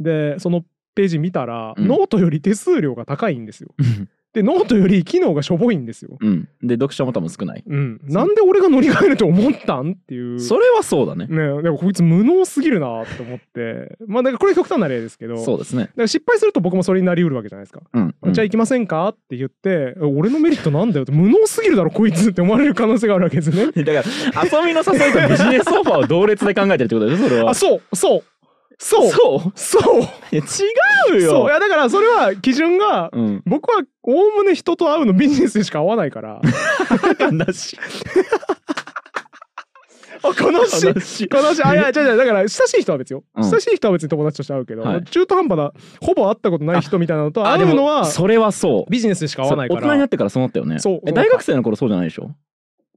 でそのページ見たら、
うん
ノートより手数料が高いんですよ
うん
でノートより機能がしょぼいんですよ
うん、で読者も多分少ない、
うん、なんで俺が乗り換えると思ったんっていう
それはそうだね、
ねえでもこいつ無能すぎるなって思ってまあだからこれ極端な例ですけど
そうですね
だから失敗すると僕もそれになりうるわけじゃないですか、
うん、
じゃあ行きませんかって言って俺のメリットなんだよって無能すぎるだろこいつって思われる可能性があるわけですよね
だから遊びの誘いとビジネスオファーを同列で考えてるってことでしょそれは
あそうそうそうそう
そう
そう
いや違うよ
いやだからそれは基準が
うん、
僕はおおむね人と会うのビジネスでしか会わないから
<laughs> 悲しい
あ悲しい
悲しい
悲しいあいや違う違うだから親しい人は別よ、
うん
親しい人は別に友達として会うけど、
はい
中途半端なほぼ会ったことない人みたいなのと
あ
会
で
うの
も
は
それはそう
ビジネスでしか会
そ
わ
う
な
大
いか
人にな
ら
ってからそうなったよね
そう
え大学生の頃そうじゃないでしょ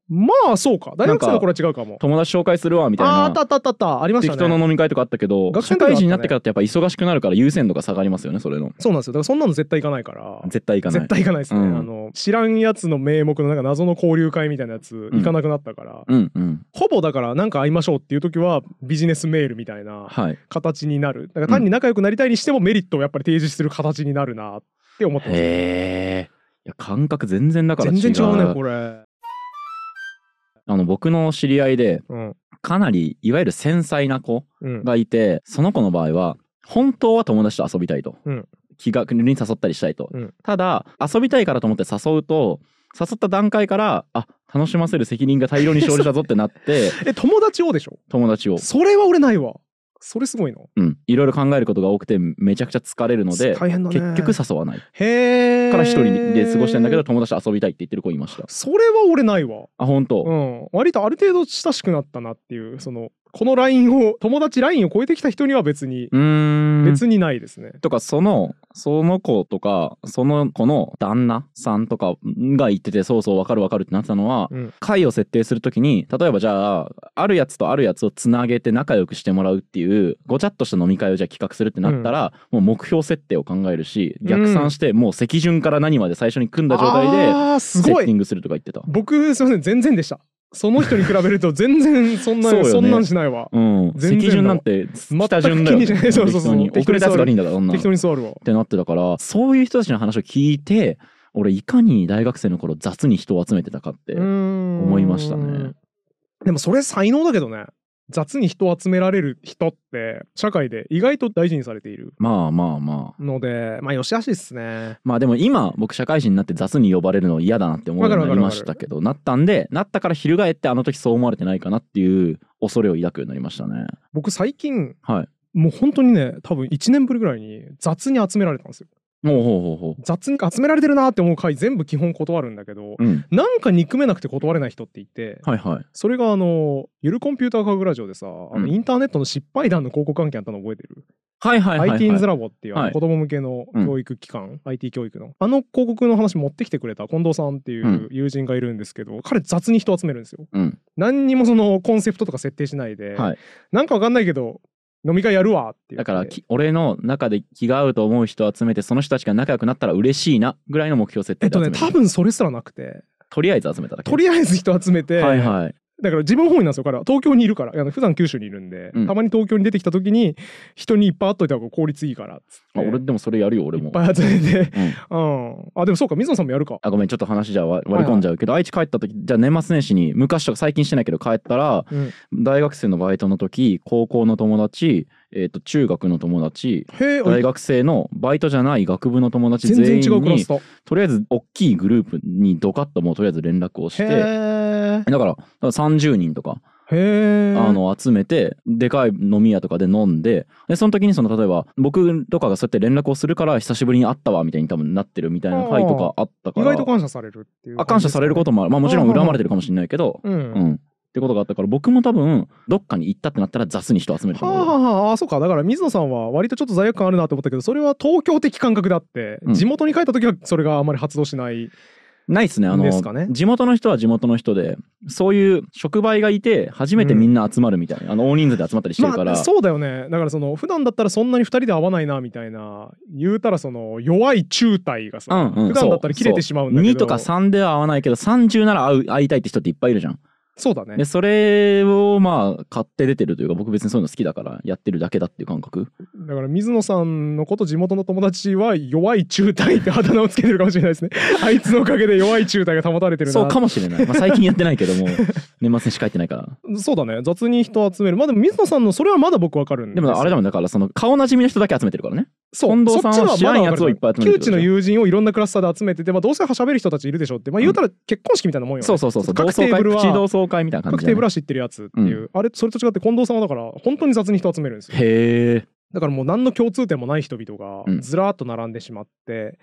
まあそうか大学生の頃は違うかも
友達紹介するわみたい
あ
な
あーあったあったあったあったありました
適
ね
当な飲み会とかあったけど、
学生
社
の時はあったね
会人になってからってやっぱ忙しくなるから優先度が下がりますよねそれの
そうなんですよだからそんなの絶対行かないから
絶対行かない
絶対行かないですね、
うん
あの知らんやつの名目のなんか謎の交流会みたいなやつ
ん
行かなくなったから、
うんうん
ほぼだからなんか会いましょうっていう時はビジネスメールみたいな
はい
形になるだから単に仲良くなりたいにしてもメリットをやっぱり提示する形になるなって思ってます
へえいや感覚全然だから違う
全然違うねこれ、
あの僕の知り合いで
うん
かなりいわゆる繊細な子
うん、
がいてその子の場合は本当は友達と遊びたいと、
うん
気がに誘ったりしたいと、
うん
ただ遊びたいからと思って誘うと誘った段階からあ楽しませる責任が大量に生じたぞってなって
<laughs> え友達をでしょ
友達を、
それは俺ないわそれすごいな
うん、いろいろ考えることが多くてめちゃくちゃ疲れるので
大変だね
結局誘わない
へえ
から一人で過ごしてんだけど友達と遊びたいって言ってる子いました
それは俺ないわ
あ本当、
うん、割とある程度親しくなったなっていうそのこのラインを友達ラインを超えてきた人には別に、
うーん
別にないですね。
とかそのその子とかその子の旦那さんとかが言っててそうそうわかるわかるってなってたのは、
うん
会を設定するときに例えばじゃああるやつとあるやつをつなげて仲良くしてもらうっていうごちゃっとした飲み会をじゃあ企画するってなったら、もう目標設定を考えるし逆算してもう席順から何まで最初に組んだ状態で
あーす
セ
ご
ッティ
い
ングするとか言ってた。
僕すいません全然でした。その人に比べ
<laughs>
ると全然そんな
そう
そ,、
よね
んなんしないわ。
うん、
全然だ
席順なんて下順だよ、ね、
全く気にしないそうそうそう
適当に遅れたやつが悪いんだからそんなの
適当に座るわ
っ。てなってたからそういう人たちの話を聞いて俺いかに大学生の頃雑に人を集めてたかって、
思
いましたね。
でもそれ才能だけどね。雑に人を集められる人って社会で意外と大事にされている
まあまあまあ
のでまあよしあしですね。
まあでも今僕社会人になって雑に呼ばれるの嫌だなって思うようになりましたけどなったんでなったから翻ってあの時そう思われてないかなっていう恐れを抱くようになりましたね
僕最近
はい
もう本当にね多分1年ぶりぐらいに雑に集められたんですよ
もうほうほうほ
雑に集められてるなって思う回全部基本断るんだけど
ううん
なんか憎めなくて断れない人っていて
はいはい
それがあのゆるコンピューター科学ラジオでさあの
うん
インターネットの失敗談の広告案件あったの覚えてる
はいはいはいはい
?IT インズラボっていうあの
はい
子供向けの教育機関 IT 教育のあの広告の話持ってきてくれた近藤さんっていう友人がいるんですけど彼雑に人集めるんですよ
うん
何にもそのコンセプトとか設定しないで
はい
なんかわかんないけど飲み会やるわって言
だ
って
からき俺の中で気が合うと思う人を集めてその人たちが仲良くなったら嬉しいなぐらいの目標設
えっ
定で
と
集め
ね
る、
多分それすらなくて
とりあえず集めただけ
とりあえず人集めて、
はいはい
だから自分本位なんですよから東京にいるからあの普段九州にいるんで、
うん
たまに東京に出てきた時に人にいっぱい会っといた方が効率いいからっつって
あ俺でもそれやるよ俺
い
も
っぱい集めて、
うん
うん、あでもそうか水野さんもやるか
あごめんちょっと話じゃ割割り込んじゃうけど、愛知帰った時じゃあ年末年始に昔とか最近してないけど帰ったら
うん
大学生のバイトの時高校の友達、えー、と中学の友達
へえ
大学生のバイトじゃない学部の友達
全然
全員
違うクラ
に
スだへ
とりあえず大きいグループにドカッともうとりあえず連絡をしてだか
え
らだから30人とか
へえ
あの集めてでかい飲み屋とかで飲んででその時にその例えば僕とかがそうやって連絡をするから久しぶりに会ったわみたいに多分なってるみたいな回とかあったか
意
ら
外と感謝されるっていう
あ感謝されることともあるまあもちろん恨まれてるかもしれないけど
う、
うんん、ってことがあったから僕も多分どっかに行ったってなったら雑に人集めると
はあ
思う、
はあはああそうかだから水野さんは割とちょっと罪悪感あるなと思ったけどそれは東京的感覚だって、
うん
地元に帰った時はそれがあまり発動しない
ないっすねあの
ですかね
地元の人は地元の人でそういう触媒がいて初めてみんな集まるみたいな、あの大人数で集まったりしてるから、
まあ、そうだよねだからその普段だったらそんなに2人で会わないなみたいな言うたらその弱い中隊がさ、
うんうん
普段だったら切れてしまうんだけど
2とか3では合わないけど30なら会う会いたいって人っていっぱいいるじゃん
そうだね
でそれをまあ買って出てるというか僕別にそういうの好きだからやってるだけだっていう感覚
だから水野さんのこと地元の友達は弱い中隊ってあだ名をつけてるかもしれないです
<laughs>
ねあいつのおかげで弱い中隊が保たれてるな
そうかもしれない、まあ、最近やってないけども <laughs> 年末にしか帰ってないから
そうだね雑に人を集めるまあでも水野さんのそれはまだ僕わかるん
でもあれだ
も
もんだからその顔なじみの人だけ集めてるからね
そう
近藤さんは
そっちのまだ
知らんやつをいっぱい集めて
旧
るでし
知
ょ
の友人をいろんなクラスターで集めてて、まあ、どうせ喋る人たちいるでしょって、まあ、言うたら結婚式みたいなもんよ、ね
そうそうそうそう同
各
窓
テー
会
ブルは
口同窓会みたいな感
各
じ
テ
だ
ーブ
ね
ルは知ってるやつっていう、あれそれと違って近藤さんはだから本当に雑に人集めるんですよ
へえ
だからもう何の共通点もない人々
う
が
ん
ずらーっと並んでしまって、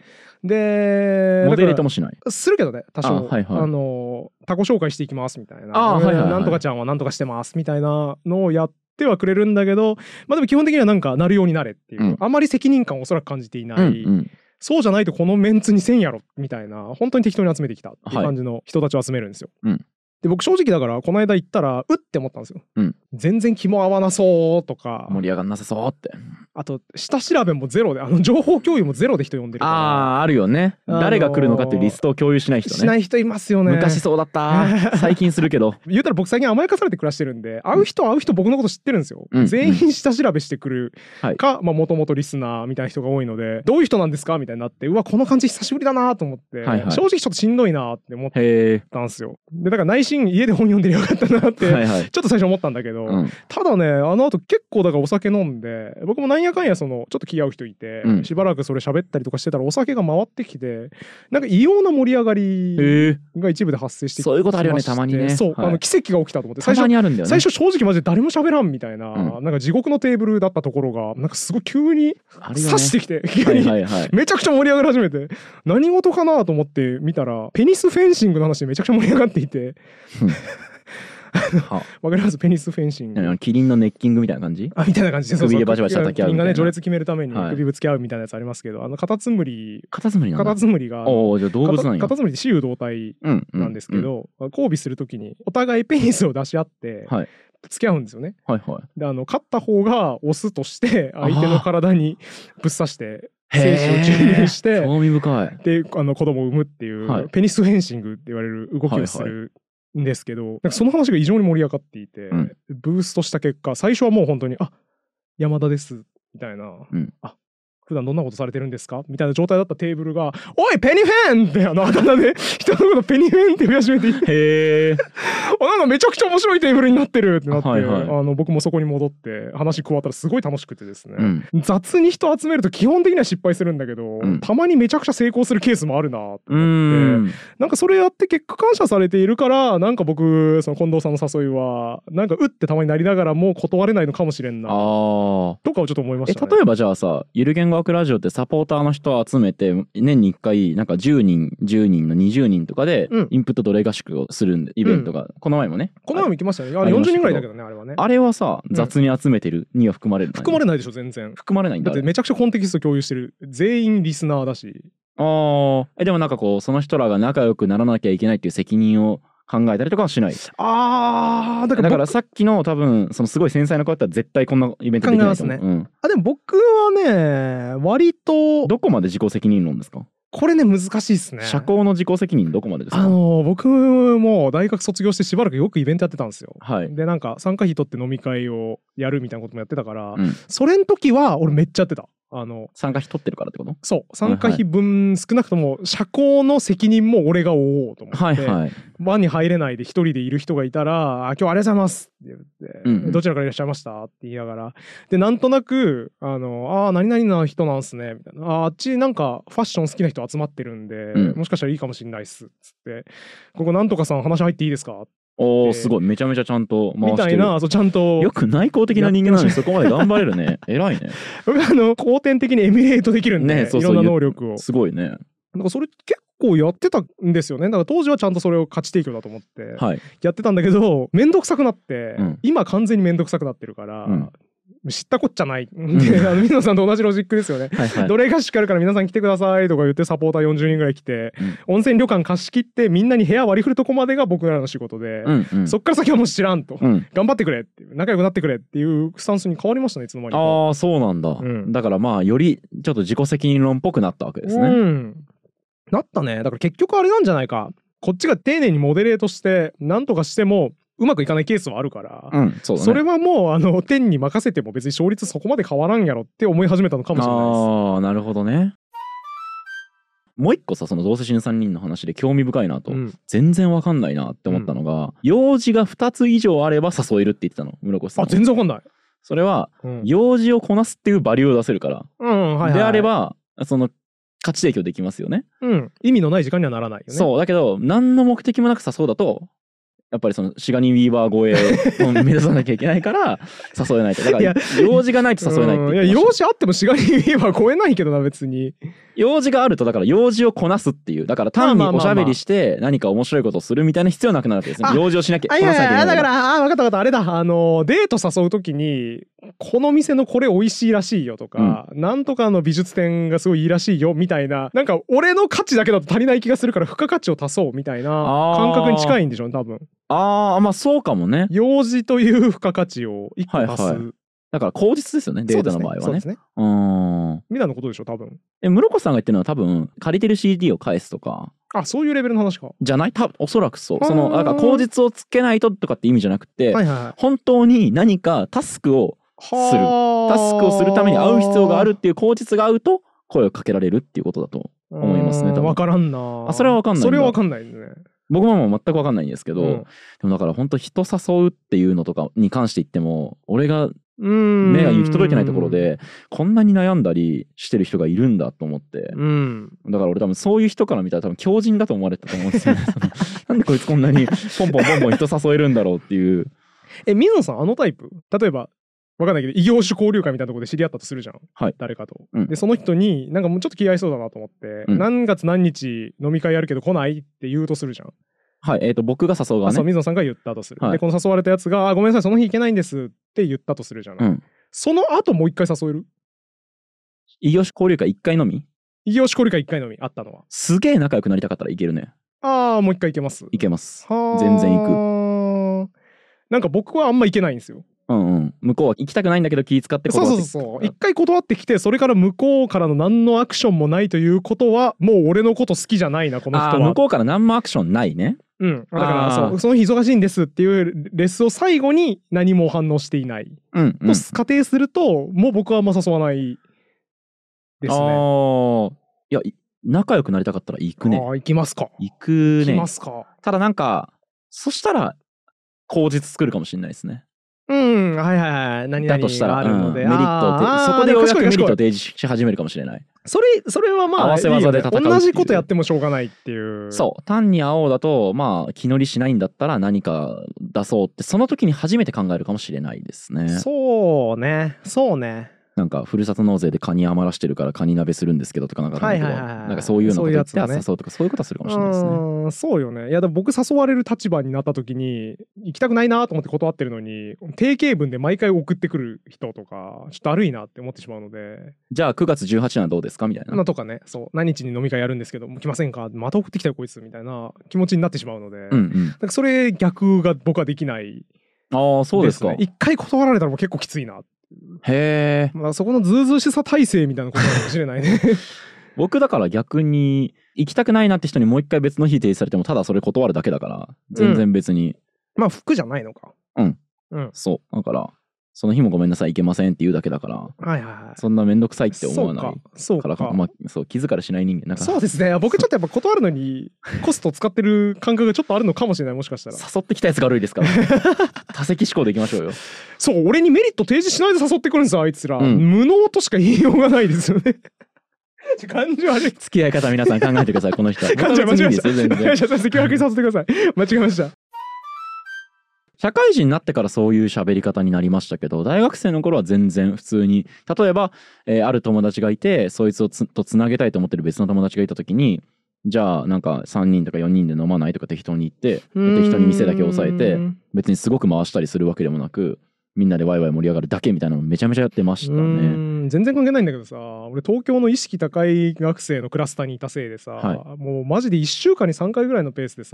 で
モデレート
も
もしない
するけどね多少あ,、
あはいはい
の他己紹介していきますみたいな
あはいはいはい
なんとかちゃんはなんとかしてますみたいなのをやってはくれるんだけどまあでも基本的にはなんかなるようになれっていう、
うん
あまり責任感をおそらく感じていない、
うんうん
そうじゃないとこのメンツにせんやろみたいな本当に適当に集めてきたっていう
はい
感じの人たちを集めるんですよ。
うん
で僕正直だからこの間行ったらうって思ったんですよ。
うん
全然気も合わなそうとか
盛り上がんなさそうって
あと下調べもゼロであの情報共有もゼロで人呼んでるか
あああるよね
あのー
誰が来るのかっていうリストを共有しない
ら
人
しな
ね
い人いますよね。
昔そうだった
<laughs>
最近するけど
言うたら僕最近甘やかされて暮らしてるんで会う人会う人僕のこと知ってるんですよ、
うん
全員下調べしてくる
はい
かもともとリスナーみたいな人が多いのでどういう人なんですかみたいになってうわこの感じ久しぶりだなと思って、
はいはい
正直ちょっとしんどいなって思っ
へえ
たんですよでだから内心家で本読んでりゃよかったなって、
はいはい
ちょっと最初思ったんだけど、
うん
ただねあの後結構だからお酒飲んで僕もなんやかんやそのちょっと気合う人いて、
うん
しばらくそれ喋ったりとかしてたらお酒が回ってきてなんか異様な盛り上がり
へえ
が一部で発生してきて
そういうことあるよね
きまして
たまにね
そう、
はい
あの奇跡が起きたと思って
た
最
ま
初
にあるんだよね
最初正直マジで誰も喋らんみたいな、
う
なんか地獄のテーブルだったところがなんかすごい急に
あるよね
刺してき
は
て、急
い <laughs>
に
はいはい
めちゃくちゃ盛り上がり始めて何事かなと思って見たらペニスフェンシングの話でめちゃくちゃ盛り上がっていて
は
わかりますペニスフェンシング
何キリンのネッキングみたいな感じ
あみたいな感じで
首でバチバチ叩き合う
み
み
ん
た
な
な
いね序列決めるために
はい
首ぶつけ合うみたいなやつありますけど、あのカタツムリ
カタツムリなん
カ
だ
タツムリが
おおじゃあ動物なん
カ
や
タツムリって雌雄同体
うんう
なんですけど、交尾するときにお互いペニスを出し合って
はい
付き合うんですよね。
はいはい
であの勝った方がオスとして
あー
相手の体にぶっ刺して精
へー
子を注入して
興味深い
であの子供を産むっていう、
はい
ペニスフェンシングって言われる動きをするんですけど、なんかその話が異常に盛り上がっていて、
うん
ブーストした結果最初はもう本当に「あ山田です」みたいな「
うん
あ普段どんなことされてるんですか?」みたいな状態だったテーブルが「おいペニフェン!」ってあのあだ名で人のことペニフェンって呼び始めて <laughs> いて
へえ
あなんかめちゃくちゃ面白いテーブルになってるってなって、
はいはい
あの僕もそこに戻って話加わったらすごい楽しくてですね、
うん
雑に人集めると基本的には失敗するんだけど、
ん
たまにめちゃくちゃ成功するケースもあるなって
うーん
なんかそれやって結果感謝されているからなんか僕その近藤さんの誘いはなんかうってたまになりながらもう断れないのかもしれんな
ああ
とかをちょっと思いま
え
したね。
例えばじゃあさゆる言語学ラジオってサポーターの人を集めて年に1回なんか10人10人の20人とかで
うん
インプット奴隷合宿をするんでイベントが、この前もね
この前も行きましたね。あ
あり
れ40
ましたけど
人ぐらいだけどねあれはね。
あれはさ
ん
雑に集めてるには含まれる
含ま
れ
れないでしょ全然。
含まれないん
だ
だ
ってめちゃくちゃコンテキスト共有してる全員リスナーだし
あーえでもなんかこうその人らが仲良くならなきゃいけないっていう責任を考えたりとかはしない
あーだ
だからさっきの多分そのすごい繊細な子だったら絶対こんなイベントできないと思う
考
うん、
あでも僕はね割と
どこまで自己責任論ですか
これね難しいですね。
社交の自己責任どこまでですか
あの僕も大学卒業してしばらくよくイベントやってたんですよ。
はい
でなんか参加費取って飲み会をやるみたいなこともやってたから、
うん
それの時は俺めっちゃやってた。あの
参加費取ってるからってこと
そう参加費分少なくとも社交の責任も俺が負おうと思って、
はいはい
輪に入れないで一人でいる人がいたら「あ今日ありがとうございます」って言って、
うんうん
どちらからいらっしゃいました?」って言いながらでなんとなく「あのあー何々の人なんすね」みたいなあ「あっちなんかファッション好きな人集まってるんで、
うん
もしかしたらいいかもしんないっす」っつって「ここなんとかさん話入っていいですか?
お
で
ーすごいめちゃめちゃちゃんと回し
み
たて
い
る
なそうちゃんと
よく内向的な人間なのにそこまで頑張れるね <laughs> 偉いね
僕あの後天的にエミュレートできるんで、
ねそう
い
そう
ろんな能力を。
すごいね
なんかそれ結構やってたんですよねだから当時はちゃんとそれを価値提供だと思って、
はい
やってたんだけど面倒くさくなって、
うん
今完全に面倒くさくなってるから、
うん
知ったこっちゃない、であの水野さんと同じロジックですよね。
はいはい
奴隷合宿あるから皆さん来てくださいとか言ってサポーター40人ぐらい来て、温泉旅館貸し切ってみんなに部屋割り振るとこまでが僕らの仕事で、
うんうん
そっから先はもう知らんと、
うん
頑張ってくれっていう仲良くなってくれっていうスタンスに変わりましたねいつの間にか。
ああそうなんだ、
ん
だからまあよりちょっと自己責任論っぽくなったわけですね、
うん、なったねだから結局あれなんじゃないかこっちが丁寧にモデレートして何とかしてもうまくいかないケースはあるから、
うんそうだね
それはもうあの天に任せても別に勝率そこまで変わらんやろって思い始めたのかもしれない
ああなるほどねもう一個さその同世新3人の話で興味深いなと、
です。
全然わかんないなって思ったのが、用事が2つ以上あれば誘えるって言ってたの室越
うん、
さん
あ全然わかんない。
それは
うん
用事をこなすっていうバリューを出せるから、
うんはいはい
であればその価値提供できますよね
うん、意味のない時間にはならないよね。
そうだけど何の目的もなく誘うだとやっぱりそのシガニー・ウィーバー越えを目指さなきゃいけないから誘えないとだか
<laughs> い
ら
や
用事がないと誘えないって
うん
言
いや、
ってました
用事あってもしがり言えば超えないけどな、別に。
用事があるとだから用事をこなすっていうだから単に
まあまあまあま
お
あ
しゃべりして何か面白いことをするみたいな必要はなくなるわけですね
あ
用事をしなきゃ
あ、
こ
い
な
や
さ
い
なきゃいけな
や、
い
だ
か
か
ら
ら、あ、わかったわかった、あれだ、あの、デート誘うときに、この店のこれ美味しいらしいよとか、なんとかの美術展がすごいいいらしいよみたいな、なんか俺の価値だけだと足りない気がするから、付加価値を足そうみたいな
あ
感
ー
覚に近いんでしょうね、多分。
ああまあそうかもね
用事という付加価値を一個足す。
はいはだから口実ですよねデータの場合は
そうで
ね
すね。そうですね
うーん
みたいなことでしょ、多分。
え室子さんが言ってるのは多分借りてる CD を返すとか
あ、そういうレベルの話か。は
じゃない多分おそらくそうそ
あ
の
ー
なんか口実をつけないととかって意味じゃなくて、
いはいはい。
本当に何かタスクをするタスクをするために会う必要があるっていう口実が合うと声をかけられるっていうことだと思いますね
うん
多分
わからんな。
あそれはわかんないんだ
それはわかんないですね。
僕ももう全く分かんないんですけど、
うん
でもだから本当人誘うっていうのとかに関して言っても俺が
うん
目が行き届いてないところ。でこんなに悩んだりしてる人がいるんだと思って
うん。
だから俺多分そういう人から見たら多分強人だと思われてたと思うんです
<laughs>
よね <laughs> そのなんでこいつこんなにポンポンポンポン人誘えるんだろうっていう
え、水野さん、あのタイプ例えば、わかんないけど、異業種交流会みたいなところで知り合ったとするじゃん。
はい
誰かと。
うん
で、その人に、なんかもうちょっと気合いそうだなと思って、
うん
何月何日飲み会やるけど来ないって言うとするじゃん。
はいえー、と僕が誘う
あ
側
そう、
ね
水野さんが言ったとする。
はい
で、この誘われたやつが、あ、ごめんなさい、その日行けないんですって言ったとするじゃない。
うん
その後もう一回誘える
異業種交流会1回のみ
異業種交流会一回のみあったのは。
すげえ仲良くなりたかったらいけるね
ああ、もう一回行けます。
いけます
はー
全然
なんか僕はあんま行けないんですよ。
うんうん向こうは行きたくないんだけど気遣って
そう
断っ
そう
て
そうそう。一回断ってきて、それから向こうからの何のアクションもないということは、もう俺のこと好きじゃないな、この
あ
人
ー
は
向。こうから何もアクションないね
うん。だから
あー
そう、その日忙しいんですっていうレスを最後に何も反応していない。
うん、うん
と仮定すると、もう僕はあんま誘わないです
あ
ね。
ーいやい仲良くなりたかったら行
あ
くね
ー行きますか。
行く
行き
ね
ますか。
ただなんかそしたら口実作るかもしれないですね
うん、はいはいはい。何
だ
々
とした
が
ら、
あ
う
るの
ん、
で
メリットを
あ
て
ー
そこでようやくメリッ
賢い賢い
トを提示し始めるかもしれない
それそれはまあ
合わせ技で戦うっていう
いいよね同じことやってもしょうがないっていう
そう単に会おうだとまあ気乗りしないんだったら何か出そうってその時に初めて考えるかもしれないですね
そうねそうね
なんかふるさと納税でカニ余らしてるからカニ鍋するんですけどとかなんか
はい
な
は
ん
いはい
かなんかそういうのを言って
そういうやつだね
誘うとかそういうことはするかもしれないですね
うんそうよねいやでも僕誘われる立場になった時に行きたくないなと思って断ってるのに定型文で毎回送ってくる人とかちょっと悪いなって思ってしまうので
じゃあ9月18日はどうですかみたいな
まあとかねそう何日に飲み会やるんですけどもう来ませんかまた送ってきたよこいつみたいな気持ちになってしまうので、
うんうん
なんかそれ逆が僕はできない
ああそうですか
ね一回断られたらもう結構きついな
へえ
まあ、そこのずうずうしさ体制みたいなことかもしれないね。
<laughs> 僕だから逆に行きたくないなって人にもう一回別の日提示されてもただそれ断るだけだから全然別に、
まあ、服じゃないのか。
うん。
うん。
そうだからその日もごめんなさい行けませんって言うだけだから
はいはいはい。
そんな面倒くさいって思
そ
わ
う
な
か
い。
そう
から
か。
まあ、そう気づかれしない人間だから
<laughs> そうですね。僕ちょっとやっぱ断るのにコスト使ってる感覚がちょっとあるのかもしれない、もしかしたら。
誘ってきたやつが悪いですから多席思考でいきましょうよ
<laughs> そう、俺にメリット提示しないで誘ってくるんですよ、あいつら。
うん
無能としか言いようがないですよね。ちょ <laughs> 感じ悪い。
付き合い方皆さん考えてくださいこの
<laughs>
人
感じ間違えました。
僕は別にいいですよ全
間違え
然
ました。関脇に誘ってくだ <laughs> さい。間違えました。
社会人になってからそういう喋り方になりましたけど大学生の頃は全然普通に例えば、えーある友達がいてそいつをつとつなげたいと思ってる別の友達がいた時にじゃあなんか3人とか4人で飲まないとか適当に言ってで適当に店だけ押さえて別にすごく回したりするわけでもなくみんなでワイワイ盛り上がるだけみたいなのめちゃめちゃやってました
う
ね。
ーん全然関係ないんだけどさ俺東京の意識高い学生のクラスターにいたせいでさ、
はい
もうマジで1週間に3回ぐらいのペースでさ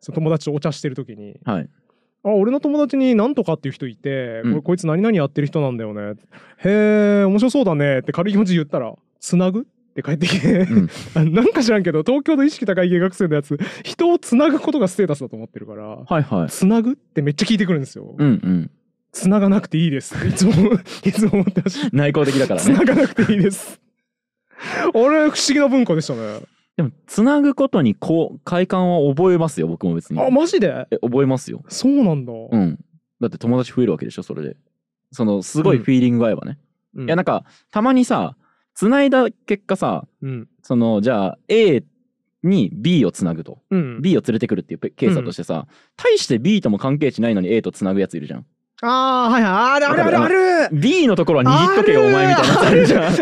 その友達とお茶してる時に
はい、
「あ俺の友達になんとかっていう人いて、
うん
これこいつ何々やってる人なんだよね」へえ面白そうだね」って軽い気持ちで言ったら「つなぐ?」って帰ってきて、
うん
<laughs> あなんか知らんけど東京の意識高い系学生のやつ人をつなぐことがステータスだと思ってるから「
はいはい
つなぐ?」ってめっちゃ聞いてくるんですよ。
うんうん
つながなくていいですっていつも <laughs> いつも思ってました。
内向的だから
<laughs> 繋
ね
がなくていいです。あれ不思議な文化でしたね。
でもつなぐことにこう快感は覚えますよ僕も別に
あ、マジで
え覚えますよ
そうなんだ。
うんだって友達増えるわけでしょそれでそのすごいフィーリングが合えばね、
うん
いやなんかたまにさ繋いだ結果さ
うん
そのじゃあ A に B をつなぐと
うん
B を連れてくるっていうペケースだとしてさ、対して B とも関係値ないのに A とつなぐやついるじゃん
ああはいはいあるあるあるある
B のところは握っとけよお前みたいなやつあ
<laughs>
るじゃん
ある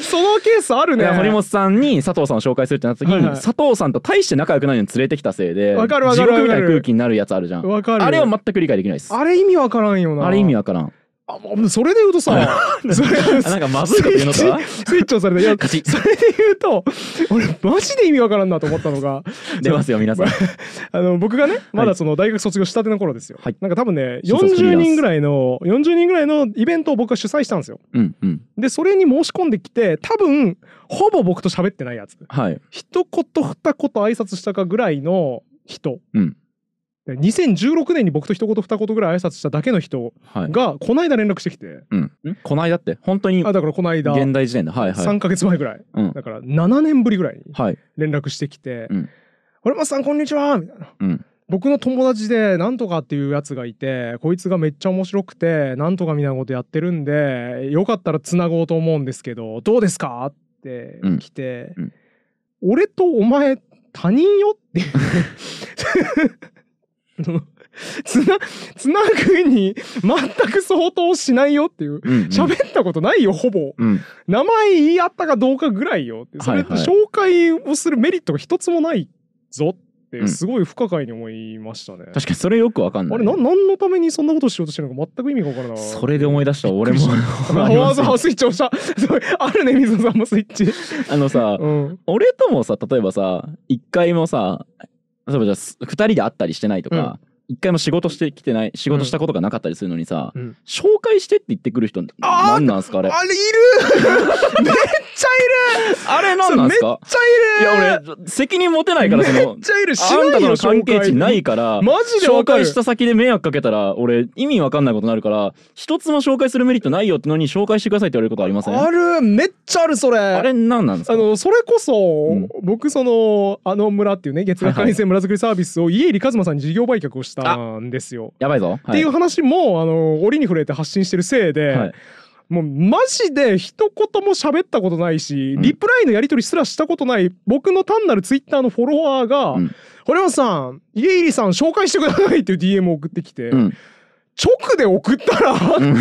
そのケースある
い
ね
や堀本さんに佐藤さんを紹介するってなった時に、
はいはい
佐藤さんと大して仲良くないのに連れてきたせいで
わかるわか
地
る
獄みたい
わ
な
かる
空気になるやつあるじゃん
わかる
あれは全く理解できないですあ
あれ意味わからんよな
れ意味わからん
あもうそれで言うとさそれ
<laughs> あなんかまずいこと言うの <laughs>
スイ
か
ッチスイッチをされ <laughs> たいや
勝ち
それで言うと俺マジで意味わからんなと思ったのが
<laughs> 出ますよ皆さん
あの僕がねまだその大学卒業したての頃ですよ、
はい
なんか多分ね
新卒クリア
40
です
人ぐらいの40人ぐらいのイベントを僕が主催したんですよ
うんうん
でそれに申し込んできて多分ほぼ僕と喋ってないやつ
はい
一言二言挨拶したかぐらいの人、
うん
で2016年に僕と一言二言ぐらい挨拶しただけの人
はい
がこないだ連絡してきて、
うんこの間って本当に
あだからこの間
現代時点ではいはい
3ヶ月前ぐらい、
うん
だから7年ぶりぐらいに
はい
連絡してきて
うん
「堀、本さんこんにちは」みたいな。
うん
僕の友達でなんとかっていうやつがいてこいつがめっちゃ面白くてなんとかみたいなことやってるんでよかったらつなごうと思うんですけどどうですかって
うん
来て、
うん
俺とお前他人よっていう <laughs> つなつなぐに全く相当しないよっていう
うんうん
喋ったことないよほぼ
うん
名前言い合ったかどうかぐらいよってそれ
はいはい
紹介をするメリットが一つもないぞって
うん
すごい不可解に思いましたね、
確かにそれよくわかんない
あれな何のためにそんなことしようとしてるのか全く意味が分からない
それで思い出した俺も <laughs> あり
わ
ます
ざ
よ
わざスイッチ押した <laughs> そうあるね水野さんもスイッチ
あのさ
うん
俺ともさ例えばさ一回もさ例えばじゃあす二人で会ったりしてないとか、一回も仕事してきてない仕事したことがなかったりするのにさ、
うん
紹介してって言ってくる人
あー
何なんすかあ
あれ
れ
いる <laughs> めっちゃいる
あれ何なんすか
めっちゃい
い
る
や俺責任持てないから <laughs> そ
め
の
っちゃいるし
あんた
ない
と
よ
の関係値ないいから
マジで
紹
分かる
介した先で迷惑かけたら俺意味わかんないことになるから一つも紹介するメリットないよってのに紹介してくださいって言われることありません
あ
あ
るめっちゃあるそれ
れ何なんですか
あのそれこそ、
うん
僕そのあの村っていうね月額
はいはい
会員村づくりサービスを家入一馬さんに事業売却をしたんですよ。
やばいぞ、
っていう話もあの折に触れて発信してるせいで、
はいはい
もうマジで一言も喋ったことないし、
うん
リプライのやり取りすらしたことない僕の単なるツイッターのフォロワーが
うん
「堀、本、さん家入さん紹介してください」っていう DM を送ってきて、
うん
直で送ったら、
うん、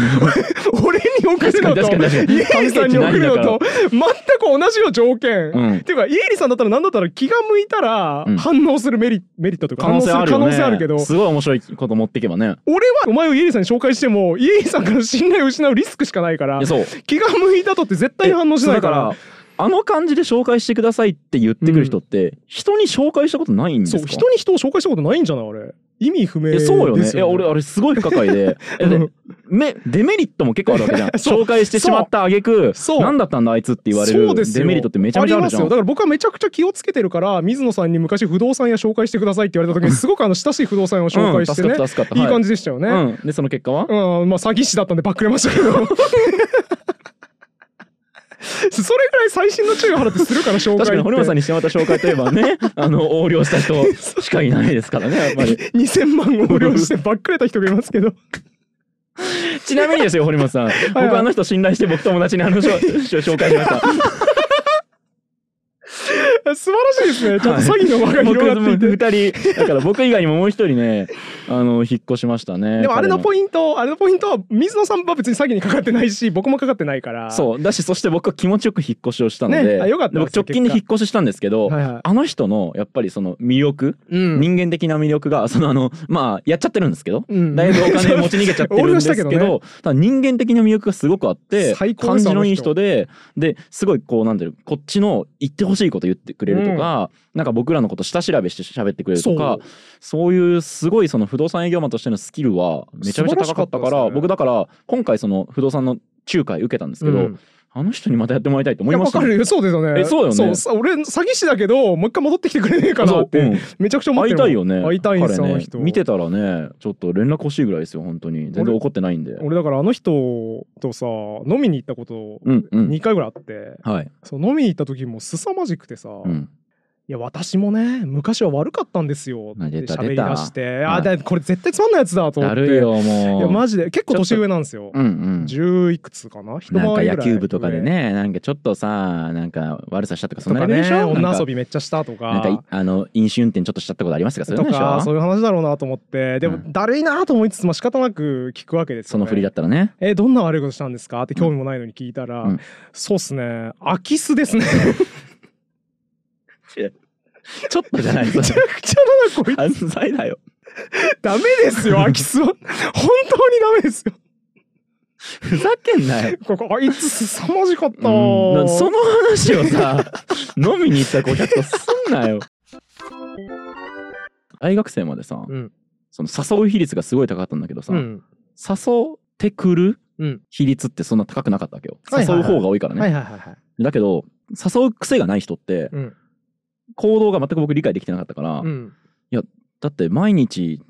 俺に送る
確かに
のと
確かに確かに
家入さんに送るのと全く同じよ条件。
うん
っていうか家入さんだったら何だったら気が向いたら
うん
反応するメリ,、メリットというか
可能性あるよ
反応
ね
<laughs> す可能性あるけど
すごい面白いこと持っていけばね
俺はお前を家入さんに紹介しても家入さんから信頼を失うリスクしかないから
いやそう
気が向いたとって絶対に反応しないから
そうだからあの感じで紹介してくださいって言ってくる人って、人に紹介したことないんです
そ
か
う人に人を紹介したことないんじゃないあれ意味不明
い
で
や
す
そうよね
ね
いや俺あれすごい不可解
<laughs>
でえでめデメリットも結構あるわけじゃん
そう
紹介してしまった挙句
そう
何だったんだあいつって言われ
そ
る
うですよ
デメリットってめちゃめちゃあるじゃ
りますよ
ん
だから僕はめちゃくちゃ気をつけてるから水野さんに昔不動産屋紹介してくださいって言われた時にすごくあの親しい不動産屋を紹介してね、
うん助かった助かった
いい
はい
感じでしたよね、
うんでその結果は、
うん、まあ詐欺師だったんでバックれま
<laughs>
したけど。それぐらい最新の注意を払ってするから紹介
確かに堀本さん
に
にしてまった紹介といえば
<laughs>
ねあの横領した人しかいないですからねやっぱ
<laughs>
り
2000万を無料してバックれた人がいま
<laughs>
すけど
ちなみにですよ堀本さん
はい
僕あの人信頼して僕友達にあの
<laughs>
人紹介しました
素晴らしいですねちょっと詐欺の輪が広がっていて、
僕2人だから僕以外にももう一人ねあの引っ越しましたね
でもあれの
イン
ポイントあれのポイントは水野さんは別に詐欺にかかってな
<laughs>
いし僕もかかってないから
そうだしそして僕は気持ちよく引っ越しをしたので,、
ねあよかった
で僕直近で
結果
引っ越ししたんですけど、
はいは
あの人のやっぱりその魅力、
い、うん
人間的な魅力がそのあのまあやっちゃってるんですけど、
うん
だいぶお金持ち逃げ
<laughs>
ちゃってるんですけ
横領した
ど
け
た
ど
だ人間的な魅力がすごくあって
最高
感
です
じのいい人でですごいこうなんていうのこっちの言ってほしいこと言ってくれるとか、なんか僕らのこと下調べして喋ってくれるとかそういうすごいその不動産営業マンとしてのスキルはめちゃめちゃ高かった
素晴らしか
か
ったで
ら
すね
僕だから今回その不動産の仲介受けたんですけど、
うん
あの人にまたやってもらいたいと思い
いや
ま
わ
した
か
ね、
るよそうですよね
えそうよね
そう俺詐欺師だけどもう一回戻ってきてくれねえかなって、
そううん
めちゃくちゃ思っ
会
て
い
るもん
たいよね
会いたいんですよ、
彼
あの
ね
人
見てたらねちょっと連絡欲しいぐらいですよ本当に全然怒ってないんで
俺だからあの人とさ飲みに行ったこと
うんうん
2回ぐらいあって、
はい
そう飲みに行った時も凄まじくてさ、
うん
いや私もね昔は悪かったんですよって
出た
喋
出
り
た
出して
は
あ
い
だこれ絶対つまんないやつだと思
だ
って
るいよ
い
も
や
う。
マジで結構年上なんですよ
うんうん。
10いくつかな一回り
なん
ぐ
から
い
野球部とかでねなんかちょっとさなんか悪さしたとかそんなレベルでしょ
と
な
かね
ん
女
か
遊びめっちゃしたとか
なんかいあの飲酒運転ちょっとしちゃったことありますかそういう
と
のでし
かそ
ょ
ういう話だろうなと思ってでも、
うん
だるいなと思いつつまあ仕方なく聞くわけですよ、ね、
その振りだったらね
えどんな悪いことしたんですかって興味もないのに聞いたら、
うん
そうっすね空き巣ですね <laughs>
<laughs> ちょっとじゃない
めちゃくちゃだなこいつ
犯罪だよ
ダメですよ空き巣は本当にダメですよ
<laughs> ふざけんなよ
ここあいつ凄まじかった
うんな
わ
んかその話をさ飲みに行った子客とすんなよ大学生までさ、
うん
その誘う比率がすごい高かったんだけどさ、
うん
誘ってくる
うん
比率ってそんな高くなかったわけよ、
はいはいはい
誘う方が多いからね、
はいはいはいはい
だけど誘う癖がない人って
うん
行動が全く僕理解できてなかったから、
うん
だって毎日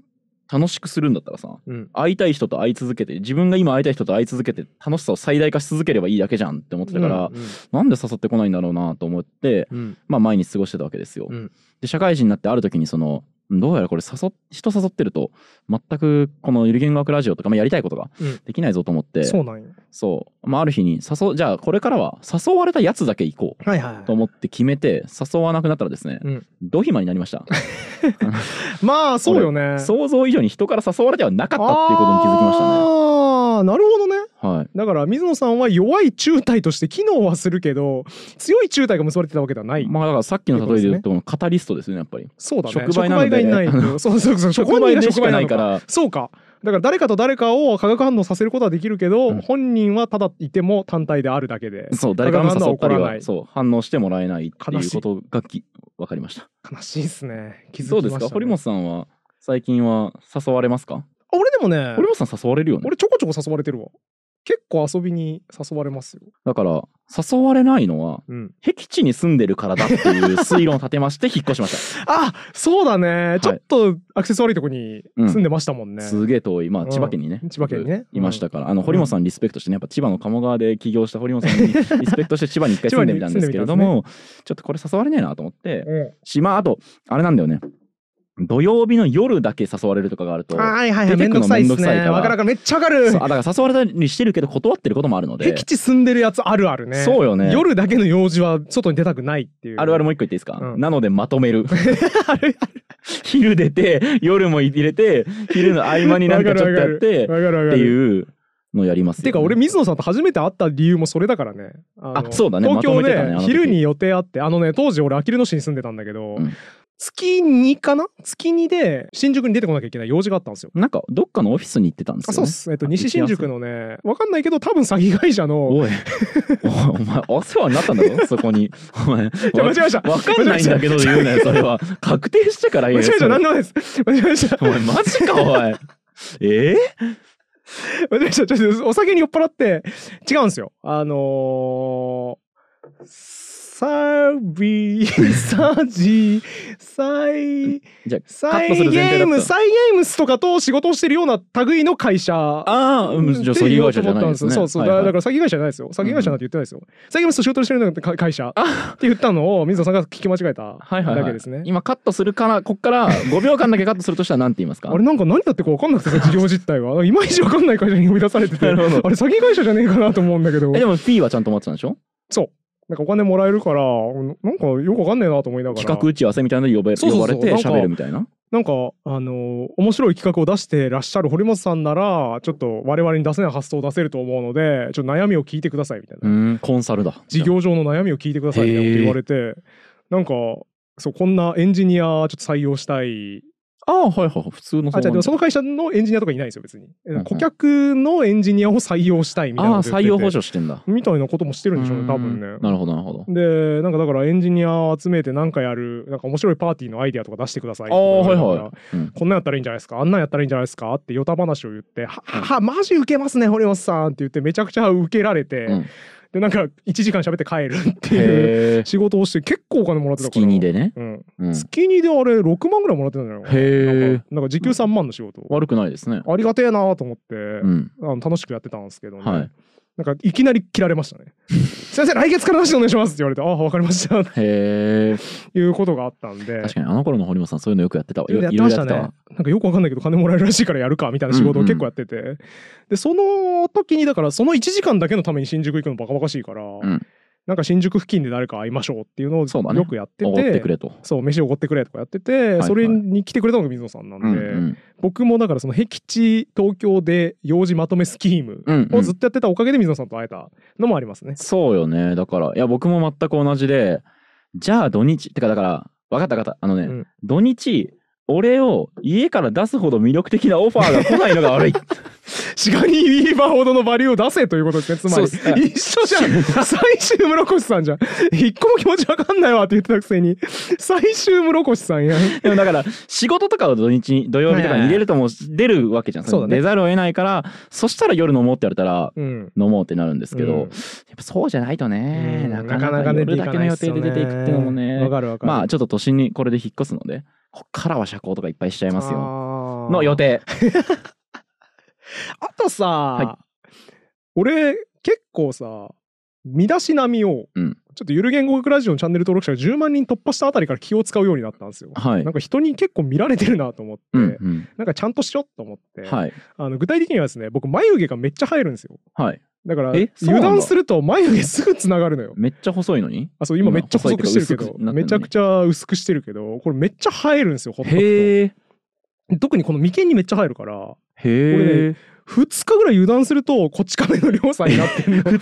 楽しくするんだったらさ
うん
会いたい人と会い続けて自分が今会いたい人と会い続けて楽しさを最大化し続ければいいだけじゃんって思ってたから、
うん
なんで誘ってこないんだろうなと思って、
うんうん
まあ、毎日過ごしてたわけですよ。
うん
で社会人になってある時にそのどうやらこれ誘っ人誘ってると全くこのゆる言語学ラジオとか、まあ、やりたいことが
うん
できないぞと思って、
そうなんよ
そうまあ、ある日に誘うじゃあこれからは誘われたやつだけ行こう。
はいはいはい
と思って決めて誘わなくなったらですね、
うん
ドヒマになりました
まあそうよね
想像以上に人から誘われてはなかったっていうことに気づきまし
ああなるほどね
たねはい
だから水野さんは弱い中隊として機能はするけど強い中隊が結ばれてたわけではない、
まあだからさっきの例えで言うと、カタリストですよねやっぱり
そうだね
触媒なので
がいな
<laughs>
いとそうそうそう
職場
本人が
で
触
しか
媒な
な
の
いから
そうかだから誰かと誰かを化学反応させることはできるけど、
うん
本人はただいても単体であるだけで
そう誰からも誘ったり
化学反応は起こらな
はいそう反応してもらえないって
悲
い
し
う
い
ことがき分かりました
悲しいですね気づき
そ
ま
う
した、ね、
ですか堀本さんは最近は誘われますか
あ俺でもね
堀本さん誘われるよね
俺ちょこちょこ誘われてるわ結構遊びに誘われますよ、
だから誘われないのは
うん、
僻地に住んでるからだっていう推論を立てまして引っ越しまし
あそうだね
い
ちょっとアクセス悪いとこに住んでましたもん
た <laughs>
ね、
すげえ遠いまあ
うん
千葉県にね
千葉県にね
いましたからあの堀本さんリスペクトしてねやっぱ千葉の鴨川で起業した堀本さん <laughs> にリスペクトして千葉に一回住んでみたんですけれど
千葉
もちょっとこれ誘われねえなと思って
うん
し、まあ、あと、あれなんだよね。土曜日の夜だけ誘われるとかがあると。そう
はいはい
出
はい。め
て
ん
く
ど
の
くさいっす
めんどくさいか
ね。
ら
わかるわかる。めっちゃわかる。
あだから誘われたりしてるけど断ってることもあるので。
僻地住んでるやつあるあるね。
そうよね。
夜だけの用事は外に出たくないっていう。
あるあるもう一個言っていいですか、
うん
なのでまとめ <laughs> る。 <laughs> 昼出て、夜も入れて、昼の合間になんかちょっとやって、
わかるわ
っ
か
て
る。
いうのをやりますよ、
てか俺水野さんと初めて会った理由もそれだからね。あの
あそうだね
東京
まとめてたねあ
で
の時
昼に予定あってあのね当時俺あきる野市に住んでたんだけど
うん
月2かな月2で新宿に出てこなきゃいけない用事があったんですよ。
なんかどっかのオフィスに行ってたんですよ、
あ
ね。
そうっす。えっと西新宿のねわかんないけど多分詐欺会社の。
おい、おお前、お世話になったんだぞ、
<laughs>
そこに。お前、
じゃ間違えました。
わかんないんだけど言うなよ、それは。確定してから言
間
え
<laughs> 違え
よ。
ま
それ
した。何でもないです。間違えました。
お前マジかおい。
<laughs>
え
私はちょっとお酒に酔っ払って違うんですよあのー、サ
<laughs>
ビサジサイ
じゃあカ
サ
ッ
イ
ト
ゲ
する前提だ
ー
っ
ム
た。
サイゲームスとかと仕事をしてるような類の会社
ああ、うんじゃあ詐欺会社じゃないですね。
そうそう、だ
はいはい
だから詐欺会社じゃないですよ詐欺会社なんて言ってないですよ、詐欺会社と仕事をしてるような会会社って言っ
<laughs>
たのを水野さんが聞き間違えた
はいはいはい
だけですね、
今カットするからこっから5秒間だけカットするとしたら何て言いますか
あれなんか何だってか分かんなくてさ事業実態がいまいち分かんない会社に呼び出されてて
<laughs> な
あれ
るほど
詐欺会社じゃねえかなと思うんだけど
えでもフィーはちゃんと持ってたんでしょ
そう。なんかお金もらえるから、うんなんかよくわかんねえなと思いながら。
企画打ち合わせみたいなのに呼ばれ
そうそうそう
呼ばれて喋るみたいな
なんか、あのー面白い企画を出してらっしゃる堀本さんなら、ちょっと我々に出せない発想を出せると思うので、ちょっと悩みを聞いてくださいみたいな。
うんコンサルだ
事業上の悩みを聞いてくださいみたいなこと言われて、なんか、そう、こんなエンジニアちょっと採用したい。
ああはいはい普通の
あ、じゃあでもそ
の
の会社のエンジニアとかいないんですよ、別に。
んうん
顧客のエンジニアを採用したいみたい
あ
な
あ
こと言っ
採
てて。
用補助してんだ
みたいなこともしてるんでしょうね、多分ね
う。んなるほどなるほど
でなんかだからエンジニア集めてなんかやるなんか面白いパーティーのアイデアとか出してください
ああ
と
はい
か言われた
は
ら
いうん
こんなんやったらいいんじゃないですかあんなんやったらいいんじゃないですかってヨタ話を言って「ははマジウケますね堀本さん」って言ってめちゃくちゃウケられて、
うん
でなんか1時間喋って帰るっていう
へえ
仕事をして結構お金もらってたから
月に、でね
うん、
うん
月2であれ6万ぐらいもらってたんじゃないかな
へえ
なんかなんか時給3万の仕事、
悪くないですね
ありがてえなと思って、
うん
あの楽しくやってたんですけどね、
はい
なんかいきなり切られまし
<laughs>
たね。先生来月からなしでお願いしますって言われて、ああわかりましたと
へえ
いうことがあったんで。
確かにあの頃の堀本さんそういうのよくやってたわいろい
や
ろ
って
や
ま
っ
してた
た
ね。
わ
なんかよくわかんないけど金もらえるらしいからやるかみたいな仕事を結構やってて、でその時にだからその1時間だけのために新宿行くのバカバカしいから、
ん
なんか新宿付近で誰か会いましょうっていうの
そうだ
を
ね
よくやってて、
おごってくれと。
そう飯おごってくれとかやってて、
はい
それに来てくれたのが水野さんなんで、
うんうん
僕もだからその僻地東京で用事まとめスキーム
うんう
を
ん
ずっとやってたおかげで水野さんと会えたのもありますね。
そうよねだからいや僕も全く同じでじゃあ土日てかだから分かった分かったあのね、
うん
土日俺を家から出すほど魅力的なオファーが来ないのが悪い
シガニー・ウィーバーほどのバリューを出せということですね。つまり、
そうで
一緒じゃん。最終室越さんじゃん。一個も気持ちわかんないわって言ってたくせに、最終室越さんやん。
<laughs> でもだから仕事とかを土日に土曜日とかに入れるともう出るわけじゃん、
そうだね
出ざるを得ないからそしたら夜飲もうって言われたら
うん。
飲もうってなるんですけど、
うん
やっぱそうじゃないとね、
うん
なかなか
出
夜
てい
だ
か
けの
ないっ
予
す
定で
よ
出ていくってのもね
わかるわかる。
まあちょっと都心にこれで引っ越すのでこっからは社交とかいっぱいしちゃいますよ
よ
の予。定
あとさ、
は
俺、結構さ、身だしなみを、
うん
ちょっとゆる言語学ラジオのチャンネル登録者が10万人突破したあたりから気を使うようになったんですよ。
はい
なんか人に結構見られてるなと思って、
うんうん
なんかちゃんとしようと思って、
はい
あの具体的にはですね僕眉毛がめっちゃ生えるんですよ
はい
だから
え
油
そうなんだ
断すると眉毛すぐつながるのよ
めっちゃ細いのに
あそう今めっちゃ細くしてる
細
け
い
ど
っていうか薄くなってんのに
めちゃくちゃ薄くしてるけどこれめっちゃ生えるんですよほっとくと
へえ
特にこの眉間にめっちゃ生えるから
へえ
2日ぐらい油断するとこっち亀の両さんになって
<laughs>
るの <laughs> 2日で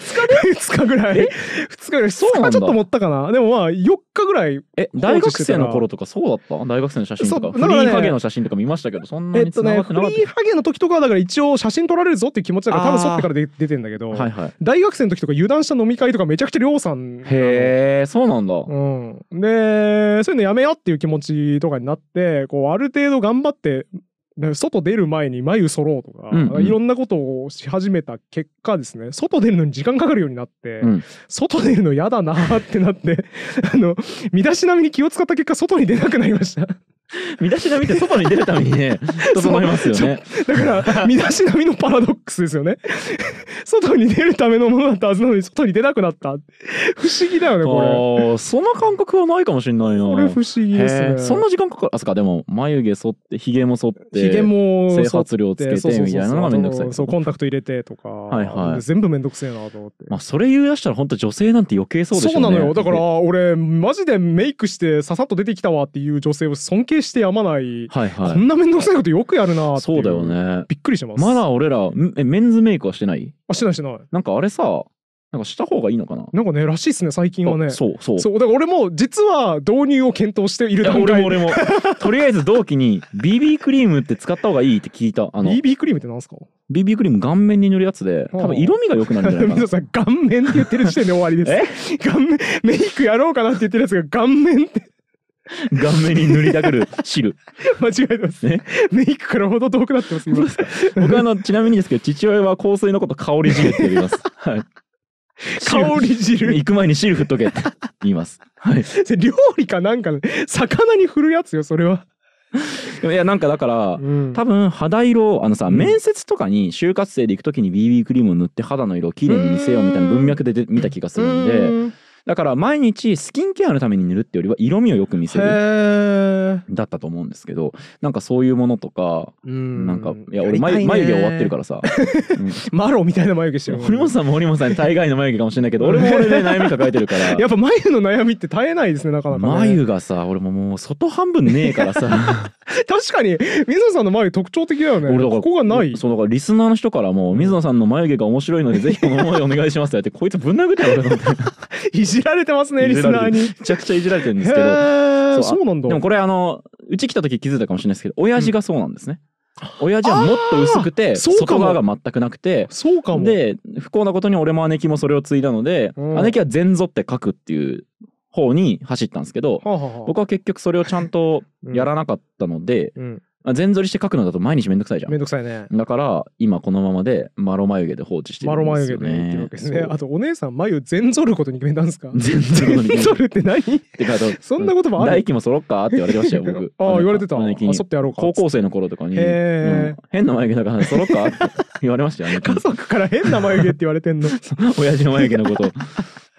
2日ぐらい
え
2日ぐらい
そうなんだ
2日ちょっと持ったかなでもまあ4日ぐらい
え
放
大
置し
学
て
生
たら
の頃とかそうだった大学生の写真とか
そう
フ
だから
リ
ね
ー影の写真とか見ましたけどそんな
えっ
に
と
繋が
ね
って
フ
なかっ
リーハゲの時とかはだから一応写真撮られるぞっていう気持ちだから多
あ
分
ー
剃ってからで出てんだけど、
たはいはい
大学生の時とか油断した飲み会とかめちゃくちゃ亮さんなの
へえそうなんだ
うん、でそういうのやめようっていう気持ちとかになってこうある程度頑張ってね外出る前に眉揃ろうとか、
うんうん
いろんなことをし始めた結果ですね外出るのに時間かかるようになって、
うん
外出るの嫌だなーってなって <laughs> あの身だしなみに気を使った結果外に出なくなりました
身だしなみって外に出るために <laughs> ね整いますよね <laughs>
だから身だしなみのパラドックスですよね外に出るためのものだったはずなのに外に出なくなった不思議だよねこれ。
あーその感覚はないかもしれないな
これ不思議です
へ
ね
ー。そんな時間かかるあそっかでも髪毛剃ってひげも剃って
ひげも
整
剃っ
髪量つけ
そう
て
そうそう
みたいなのがめんどくさい
あとそうコンタクト入れてとか、
いはい
全部めんどくせえなと思って
まあそれ言い出したら本当女性なんて余計そうでしょうね
なのよだから俺マジでメイクしてささっと出てきたわっていう女性を尊敬してやまない、
はい
こ
は
んなめんどくさいことよくやるな
い
って
そうだよね
びっくりしてます
まだ俺らんえメンズメイクはしてない
あしてないしてない
なんかあれさなんかした方がいいのかな
なんかねらしいっすね最近はね
あそうそう
そうだから俺も実は導入を検討している
いや
段
俺
階
も俺もとりあえず同期に BB クリームって使った方がいいって聞いたあの
BB クリームってなんすか
BB クリーム顔面に塗るやつで多分色味が良くなるんじゃないかな
皆さん顔面って言ってる時点で終わりですえ顔面メイクやろうかなって言ってるやつが顔面って <laughs>
顔面に塗りたくる汁
間違えてますね。メイクからほど遠くなってます。今
僕あのちなみにですけど父親は香水のこと香り汁って呼びます、はい、
香り汁。
行く前に汁振っとけって言います。はい、
料理かなんかの魚に振るやつよ、それは。
いやなんかだから
うん
多分肌色あのさ、
うん
面接とかに就活生で行く時に BB クリームを塗って肌の色をきれいに見せようみたいな文脈でで見た気がするんで
うん
だから毎日スキンケアのために塗るってよりは色味をよく見せる
へ
だったと思うんですけどなんかそういうものとか、
え。。
なんかいや俺眉眉毛終わってるからら
<laughs>
さ、
マロみたいな眉毛して
うん
る。
堀本さんも堀本さんに大概の眉毛かもしれない
<laughs>
けど俺も俺で悩み抱えてるから
やっぱ眉の悩みって絶えないですね、なかなか、ね。
眉がさ俺ももう外半分ねえから
<laughs>
さ
確かに、水野さんの眉特徴的だよね。
俺だから
ここがない。
そうだからリスナーの人からも「水野さんの眉毛が面白いのでぜひこのままでお願いします」って言ってこいつぶん殴ってやろうと思って
いじられてますね、リスナーに。へ
めちゃくちゃいじられてるんですけど
え、
そうあ
そうなんだ。
でもこれあのうち来た時気づいたかもしれないですけど親父がそうなんですね、親父はもっと薄くて
ーそうかも
外側が全くなくて
そうかも。
で不幸なことに俺も姉貴もそれを継いだので、
うん
姉貴は「全ぞ」って書くっていう方に走ったんですけど
はあはあはあ、
僕は結局それをちゃんとやらなかったので、
うん、
あ全ぞりして書くのだと毎日めんどくさいじゃ
め
ん
んどくさいね。
だから今このままでマロ眉毛で放置して
マ
る
ロ
んです
眉毛
よ
で
ね
言ってるわけですね。
そう
あとお姉さん眉全ぞることに決めたんですか。
全ぞるのに決めた
<laughs> 全ぞるって何？
てかあと
<laughs> そんな言葉ある
大輝も揃っかって言われてましたよ僕
ああ言われてた。あ
姉貴に
そってやろうか。
高校生の頃とかに、
へー
うん変な眉毛だから揃っ
<laughs>
かって言われましたよね
家族から変な眉毛って言われ
<laughs>
てんの。へ
親父の眉毛のことっ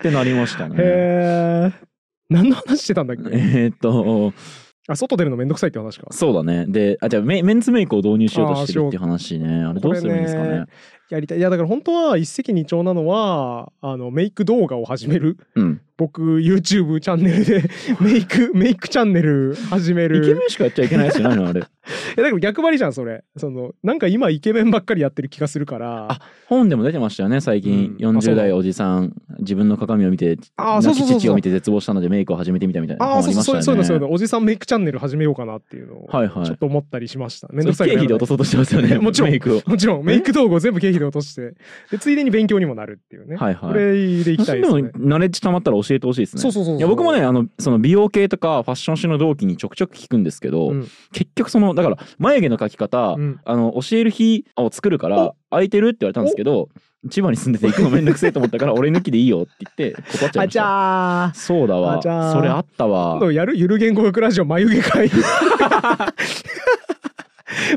てなりましたね
え。何の話してたんだっけ？
えーっと
あ外出るのめんどくさいって話か。
そうだねであじゃあメメンズメイクを導入しようとして
あーしよ
る
う
っていう話ねあれどうするんですかね
これねやりたい。いやだから本当は一石二鳥なのはあのメイク動画を始める。
うん
僕 YouTube チャンネルでメイクメイクチャンネル始め
イケ
る
メンしかやっちゃいけないやつじゃないのあれ
えだから逆張りじゃんそれそのなんか今イケメンばっかりやってる気がするから
あ本でも出てましたよね最近、
うんあそう
40
だ
代おじさん自分の鏡を見て
あ
亡
ーそう
き
そうそう
父
そ
を
う
見て絶望したのでメイクを始めてみたみたいな
あ
本
あ
あ
そう
り
そ
ま
う
した
そ
よ
う
ね
そういうのそういうのおじさんメイクチャンネル始めようかなっていうのを
はいはい
ちょっと思ったりしました、めんどく
そ
さ
れ
い
経
から
費で落とそうとしてますよね
もちろん
メイクを
もちろんメイク道具を全部経費で落としてでついでに勉強にもなるっていうね、
はいはい
これでいきたいです
そう
ね
いうのナレッジ溜まったら教えてほしいですね
そうそうそうそう
いや僕もねあのその美容系とかファッション誌の同期にちょくちょく聞くんですけど、
うん
結局そのだから眉毛の描き方、
うん
あの教える日を作るから空いてるって言われたんですけど千葉に住んでて行くのめんどくせえと思った
<laughs>
から俺抜きでいいよって言って断っちゃい
あ
まし
じ
た
ゃあ
そうだわ
あじゃあ
それあったわ
今度やるゆる言語学ラジオ眉毛会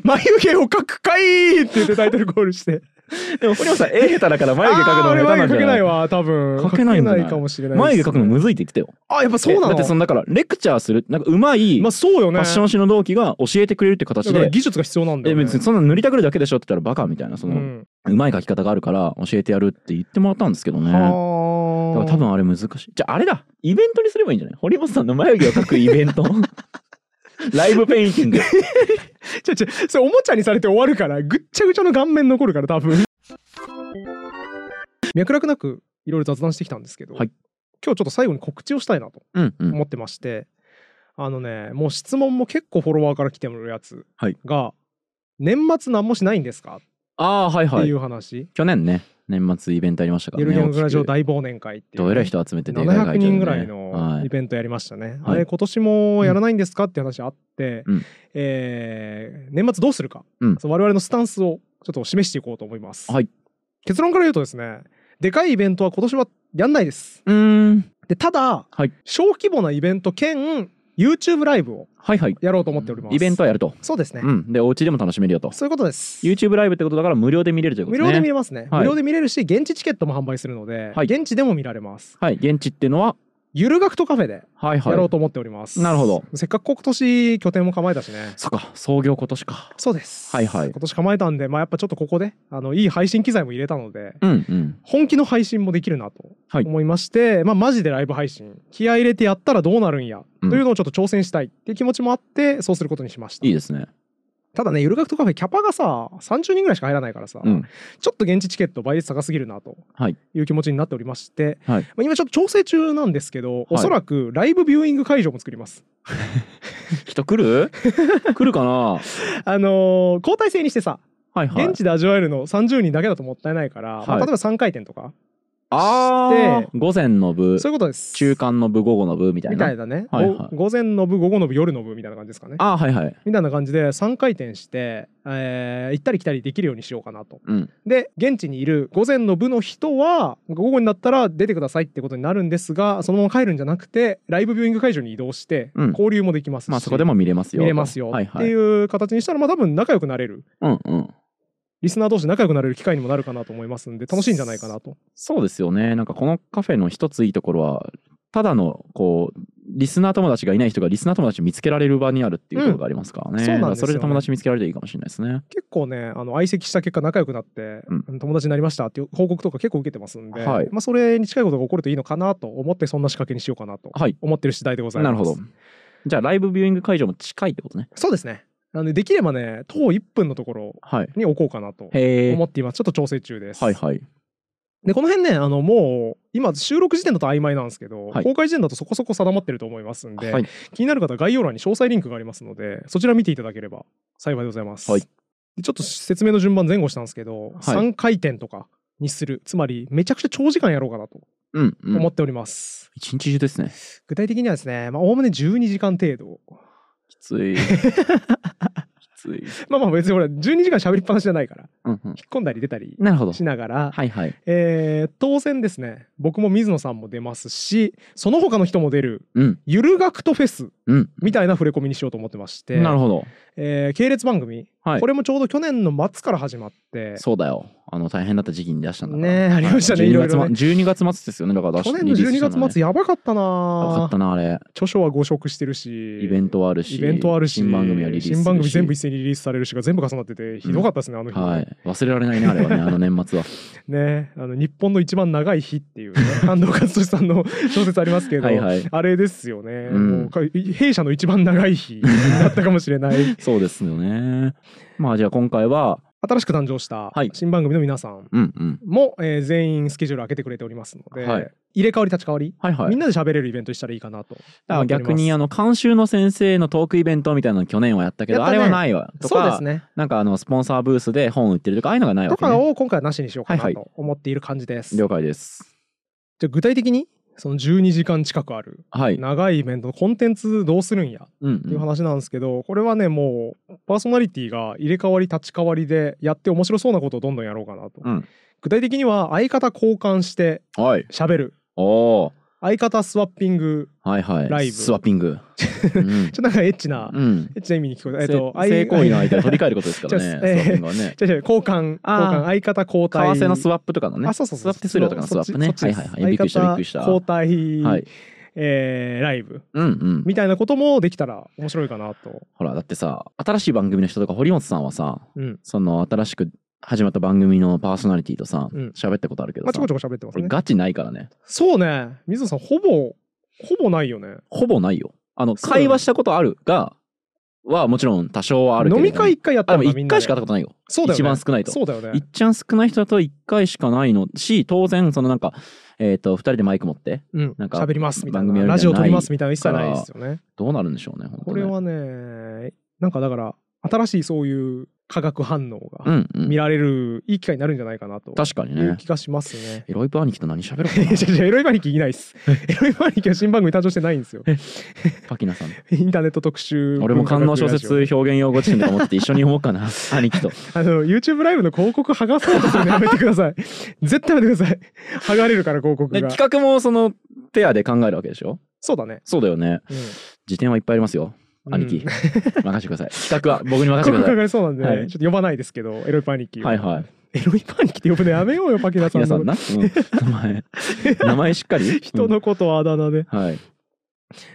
眉毛を描く会って言ってタイトルコールして
でも堀本さん絵下手だから眉毛描くの
あー俺
下手な
眉
ん
毛
じゃ
描けな
ない
いわ多分
描けないんじゃない
かもしれないです
眉毛描くのむずいって言ってたよ
あやっぱそうなの
えだってそのだからレクチャーするなんかうまいフ
ま
ァ
あそうよね
ッション誌の同期が教えてくれるって形
だから
で
技術が必要なんだ
え
よ、ね、
別にそんな塗りたくるだけでしょって言ったらバカみたいなその、
う
うんまい書き方があるから教えてやるって言ってもらったんですけどねだか
あ
ら多分あれ難しいじゃああれだイベントにすればいいんじゃない堀本さんの眉毛を描くイベン
<laughs>
トライブペインティング
ちょちょそれおもちゃにされて終わるからぐっちゃぐちゃの顔面残るから多分 <laughs> 脈絡なくいろいろ雑談してきたんですけど、
はい
今日ちょっと最後に告知をしたいなと
うんうん
思ってまして、あのねもう質問も結構フォロワーから来てるやつ
はい
が、年末何もしないんですか
ああはい
っ
は
てい
いう
話
去年ね年末イベントありましたか
ゆ
ら
る
ね
ゲームグラジオ
大きく
大忘年会っていうね、
どえらい人集めてでかい会場
700
でね
人ぐらい
は
のイ
い
ベントやりました
は
ね。
い
あれ今年もやらないんですかって話あって、
うん
えー年末どうするか、
うん
その我々のスタンスをちょっと示していこうと思います。
はい
結論から言うとですねでかいイベントは今年はやんないです。
うーん
でただ、
はい
小規模なイベント兼 YouTube ライブを
はいはい
やろうと思っております。
イベントはやると
そうですね、
うんでお家でも楽しめるよと
そういうことです。
YouTube ライブってことだから無料で見れるということ
無
ね
料で見れますね、
はい
無料で見れるし現地チケットも販売するので、
はい
現地でも見られます。
はい現地っていうのは
ゆる学徒カフェで
はいはい
やろうと思っております。
なるほど。
せっかく今年拠点も構えたしね。
そっか創業今年か
そうです。
はいはい
今年構えたんで、まあやっぱちょっとここで、あのいい配信機材も入れたので、
うんうん
本気の配信もできるなと
はい
思いまして、まあマジでライブ配信、気合い入れてやったらどうなるんや、
うん
というのをちょっと挑戦したいっていう気持ちもあって、そうすることにしました。
いいですね
ただね、ゆるがくとカフェ、キャパがさ、30人ぐらいしか入らないからさ、
うん
ちょっと現地チケット倍率高すぎるなと
はい
いう気持ちになっておりまして、
はい
まあ今ちょっと調整中なんですけど、おそらくライブビューイング会場も作ります。
人来
<laughs>
る来るかな
あのー交代制にしてさ
はいはい。
現地で味わえるの30人だけだともったいないから、
はい
まあ例えば3回転とか
あー
して
午前の部、
そういうことです
中間の部、午後の部みたい
み
な。
たいだね、
はいはい
ご午前の部午後の部夜の部みたいな感じですかね
あーはいはい。
みたいな感じで3回転して、えー行ったり来たりできるようにしようかなと
うん。
で現地にいる午前の部の人は午後になったら出てくださいってことになるんですがそのまま帰るんじゃなくてライブビューイング会場に移動して
うん
交流もできますし、
まあそこでも見れますよ。
見れますよ
はい
っ
は
て
い。
いう形にしたら、まあ多分仲良くなれる
うんうん。
リスナー同士仲良くなれる機会にもなるかなと思いますんで楽しいんじゃないかなと
そうですよね。なんかこのカフェの一ついいところは、ただのこう、リスナー友達がいない人がリスナー友達見つけられる場にあるっていうところがありますからね。
うんそうな
だ
ん
から
です
そ
よね
れで友達見つけられていいかもしれないですね。
結構ねあの相席した結果仲良くなって、
う
友達になりましたっていう報告とか結構受けてますんで、
はい
まあ、それに近いことが起こるといいのかなと思ってそんな仕掛けにしようかなと
はい。
思ってる次第でございま
な
す。
るほど。じゃあライブビューイング会場も近いってことね。
そうですねなのでできればね徒歩1分のところ
はい。
に置こうかなと
へえ
思。って今ちょっと調整中です。
はいはい。
でこの辺ねあのもう今収録時点だと曖昧なんですけど、
はい
公開時点だとそこそこ定まってると思いますんで、
はい。
気になる方は概要欄に詳細リンクがありますのでそちら見ていただければ幸いでございます、
はい
でちょっと説明の順番前後したんですけど、3回転とかにするつまりめちゃくちゃ長時間やろうかなと
うん、うん
思。っております、
一日中ですね。
<laughs> 具体的にはですねまあおおむね12時間程度
きつい。きつい。
<laughs> まあまあ別にほら12時間喋りっぱなしじゃないから
うんうん
引っ込んだり出たり
なるほど。
しながら、
はいはい。
えー当然ですね僕も水野さんも出ますしその他の人も出る
うん
ゆる学徒フェス
うん。
みたいな触れ込みにしようと思ってまして
なるほど。
えー系列番組、
はい
これもちょうど去年の末から始まって
そうだよ。あの大変だった時期に出したんだから。
ねえありましたね
はい
ろいろね
12月末12月末ですよね。だから出し
去年の12
リリースしたの
月
ね
末やばかったな
よかったなあれ。
著書は誤植してるし
イベントはあるし、
イベントあるし
新番組はリリースするし
新番組全部一斉にリリースされるしが全部重なっててひどかったですね、あの日、
はい。忘れられないねあれはねあの年末は。
ねあの日本の一番長い日っていうね、 <laughs> 安藤勝利さんの小説あり <laughs> ますけど
はいはい。
あれですよね、
うん
もうか弊社の一番長い日だったかもしれない
<laughs> そうですよね。まあじゃあ今回は
新しく誕生した
はい
新番組の皆さん
うんうん
も、えー全員スケジュール開けてくれておりますので、
はい
入れ替わり立ち替わり、
はいはい。
みんなで喋れるイベントにしたらいいかなと
だから逆にあ
の
の監修の先生のトークイベントみたいなの去年はやったけど
やっ
あ
た
れ
ね
はないわと
そうです
か、
ね
なんかあのスポンサーブースで本売ってるとかああいうのがないわ
と
け
か
ね。
を今回はなしにしようか
は
ない
は
と思っている感じです、
了解です。
じゃあ具体的にその12時間近くある
はい。
長いイベントのコンテンツどうするんや
うん
って
う。
いうん話なんですけどこれはねもうパーソナリティが入れ替わり立ち替わりでやって面白そうなことをどんどんやろうかなと、
うん
具体的には相方交換して
はい。
喋る
おお
相方スワッピング
ー。はいはい。
ライブ
スワッピ <laughs> ング。うん
ちょっとなんかエッチな、
うん。
エッチな意味に聞こえたえ
え
っと相
性行為の相手を取り替えることですからね。<laughs>
ち
ス
ょ
ワ
えー
ッピングはね。
違う違う交換交
あー
換相方交代
為替のスワップとかのね。
あそうそうそ
スワ
う
ップ手数料とかのスワップね
そっちそっち
はいはいはいびっくりしたびっくりした
相方交代、
はい。
えーライブ
うんうん。
みたいなこともできたら面白いかなと、
ほら、だってさ、新しい番組の人とか、堀本さんはさ、
うん、
その新しく始まった番組のパーソナリティとさ
うん、
喋、ったことあるけど
まあ、
さ、
ちょこちょこ喋ってます
俺
ね
ガチないからね。
そうね水野さんほぼほぼないよね
ほぼないよ。あの、
そうだね
会話したことあるが、はもちろん多少はあるけ
飲
れども。
み会一回やった
あ、
の
でも
みん
一
な
回
で
しか会ったことないよ。
そうだよね
一番少ないと
そうだよね
いっちゃん少ない人だと1回しかないのし当然そのなんかえっ、と2人でマイク持って
うん
なんか
喋りますみたい
番組やるみたい
な
な
ラジオ撮りますみたいなの一切ないですよね
どうなるんでしょうね本当
これはねなんかだから新しいそういう化学反応
う
が
んうん
見られるいい機会になるんじゃないかなと
確かに
いう
ね
気がしますね
エロイプ兄貴と何
<laughs>
喋ろう
いやいや
か
いやエロイバニキいない
<laughs>
っす。エロイバニキは新番組誕生してないんですよ。
なパキナさん
インターネット特集。
俺も官能小説
文
表現用語辞典とか持ってて一緒に読もうか
<laughs>
な兄貴と
化学ラジオ。あの、YouTube ライブの広告剥がそうとするのやめてください。絶対やめてください。剥がれるから広告
で
が。
企画もそのペアで考えるわけでしょ
そうだね。
そうだよね
うん
辞典はいっぱいありますよ兄貴、
うん
任せてください企画は僕に任せてくだ
広告
さ
剥
い
がれそうなんで、
はい
ちょっと呼ばないですけど、エロイバニキ。
はいはい
エロイバニキって呼ぶのやめ
<laughs>
ようよ、パキナ
パキ
さん
ナさ
の
ん。な、うん名前名前しっか
<laughs>
り
人のことはあだ名で。
うんはい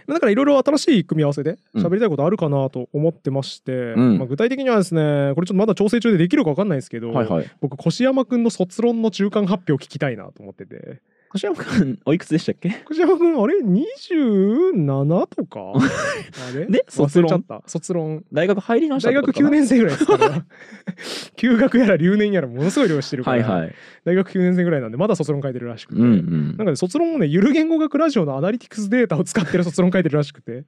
だからいろいろ新しい組み合わせで
うん
喋りたいことあるかなと思ってまして、
ん
まあ、具体的にはですね、これちょっとまだ調整中でできるかわかんないんですけど、
はいはい
僕越山くんの卒論の中間発表聞きたいなと思ってて
柏山君おいくつでしたっけ
越山くんあれ27
<laughs>
とかあれ
で卒
卒論
論
ちゃった卒論
大学入り直したっ
大
てこと
学
かな
9年生ぐらいですから休学やら留年やらものすごい量してるか
はい
ら、
はい
大学9年生ぐらいなんでまだ卒論書いてるらしくて、
うんうん
なんかね卒論もねゆる言語学ラジオのアナリティクスデータを使ってる卒論書いてるらしくて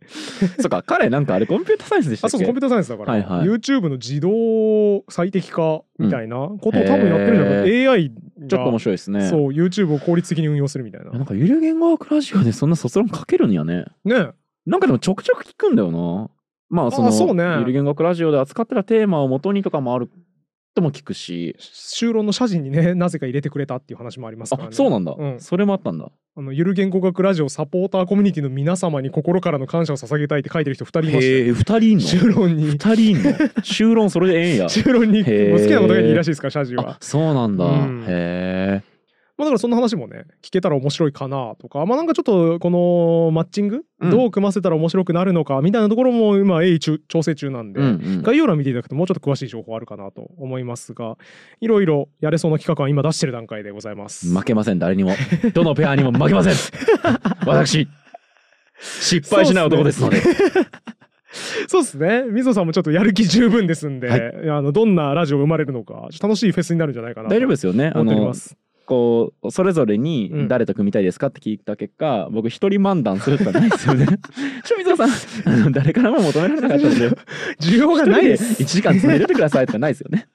そうか彼なんかあれコンピューターサイエンスでした
あ
っけ
そうそうコンピューターサイエンスだから、
はいはい
YouTube の自動最適化みたいなことを多分やってるんだけど、AI が
ちょっと面白いですね
そう YouTube を効率的に運用するみたいな
なんかゆる言語学ラジオでそんな卒論書けるんやね
ね
なんかでもちょくちょく聞くんだよなまあその
あそうね
ゆる言語学ラジオで扱ってたテーマを元にとかもあるとも聞くし
修論の写真にね <laughs> なぜか入れてくれたっていう話もありますから
あ
ね
そうなんだ、
うん
それもあったんだ
あのゆる言語学ラジオサポーターコミュニティの皆様に心からの感謝を捧げたいって書いてる人2人いまし
へえ二人いんの
た <laughs> 修論に
二人いんの
<laughs>
修論それでええんや
修論に
へー
もう好きなことがいいらしいですから写真は
あそうなんだ、
うん
へえ
まあ、だからそんな話もね聞けたら面白いかなとかまあなんかちょっとこのマッチング、
うん
どう組ませたら面白くなるのかみたいなところも今鋭意中調整中なんで、
うんうん
概要欄見ていただくともうちょっと詳しい情報あるかなと思いますがいろいろやれそうな企画は今出してる段階でございます。
負けません誰にも <laughs> どのペアにも負けま
<laughs>
せん私失敗しない男ですので
そうですね。水野さんもちょっとやる気十分ですんで、
はい
いやあのどんなラジオ生まれるのか、ちょっと楽しいフェスになるんじゃないかなと
大丈夫ですよねあ
思っており
の
ます。
こうそれぞれ
う
に
ん
誰と組みたいですかって聞いた結果、僕一人漫談するってのはないですよ
<laughs>
ね清水さんあの誰からも求められなかったんで
<laughs> 需要がないです。 <laughs>
1時間詰めててくださいってのはないですよね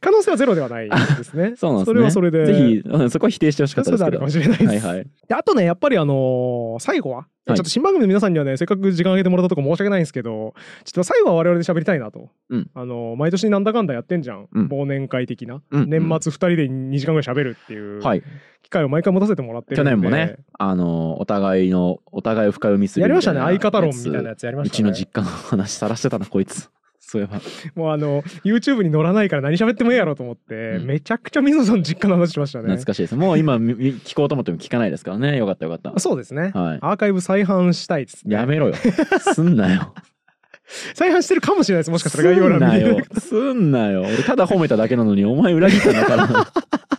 可能性はゼロではないですね
そうなんですね。
れはそれで
ぜひ、うんそこは否定してほしかった
それ
です
はあ
け
る
ど。は
かもしれないです、
いはい。
であとねやっぱりあのー最後は、
はい
ちょっと新番組の皆さんにはねせっかく時間あげてもらったとこ申し訳ないんですけどちょっと最後は我々で喋りたいなと、
うん
あのー毎年なんだかんだやってんじゃん、
うん
忘年会的な、
うん
年末2人で2時間ぐらい喋るっていう
はい。
機会を毎回持たせてもらってる
去
んで
年もね、あの、お互いの、お互いを深読みする
やりましたね
みいな
相方論みたいなやつやりま
う
した
ち
ね
の実家の話さらしてたな、こい
<laughs>
つ。そういえば。
もうあの YouTube に載らないから何喋ってもいいやろと思って、
うん
めちゃくちゃ水野さんの実家の話しましたね
懐かしいです。もう今、みみ聞こうと思っても聞かないですからね。よかったよかった。
そうですね、
はい。
アーカイブ再販したいですね
やめろよ。すんなよ。
再販してるかもしれないですもしかしたら概
す
要欄
ん
見
な
て
<laughs> よ。すんなよ。俺ただ褒めただけなのに、お前裏切ったんだから。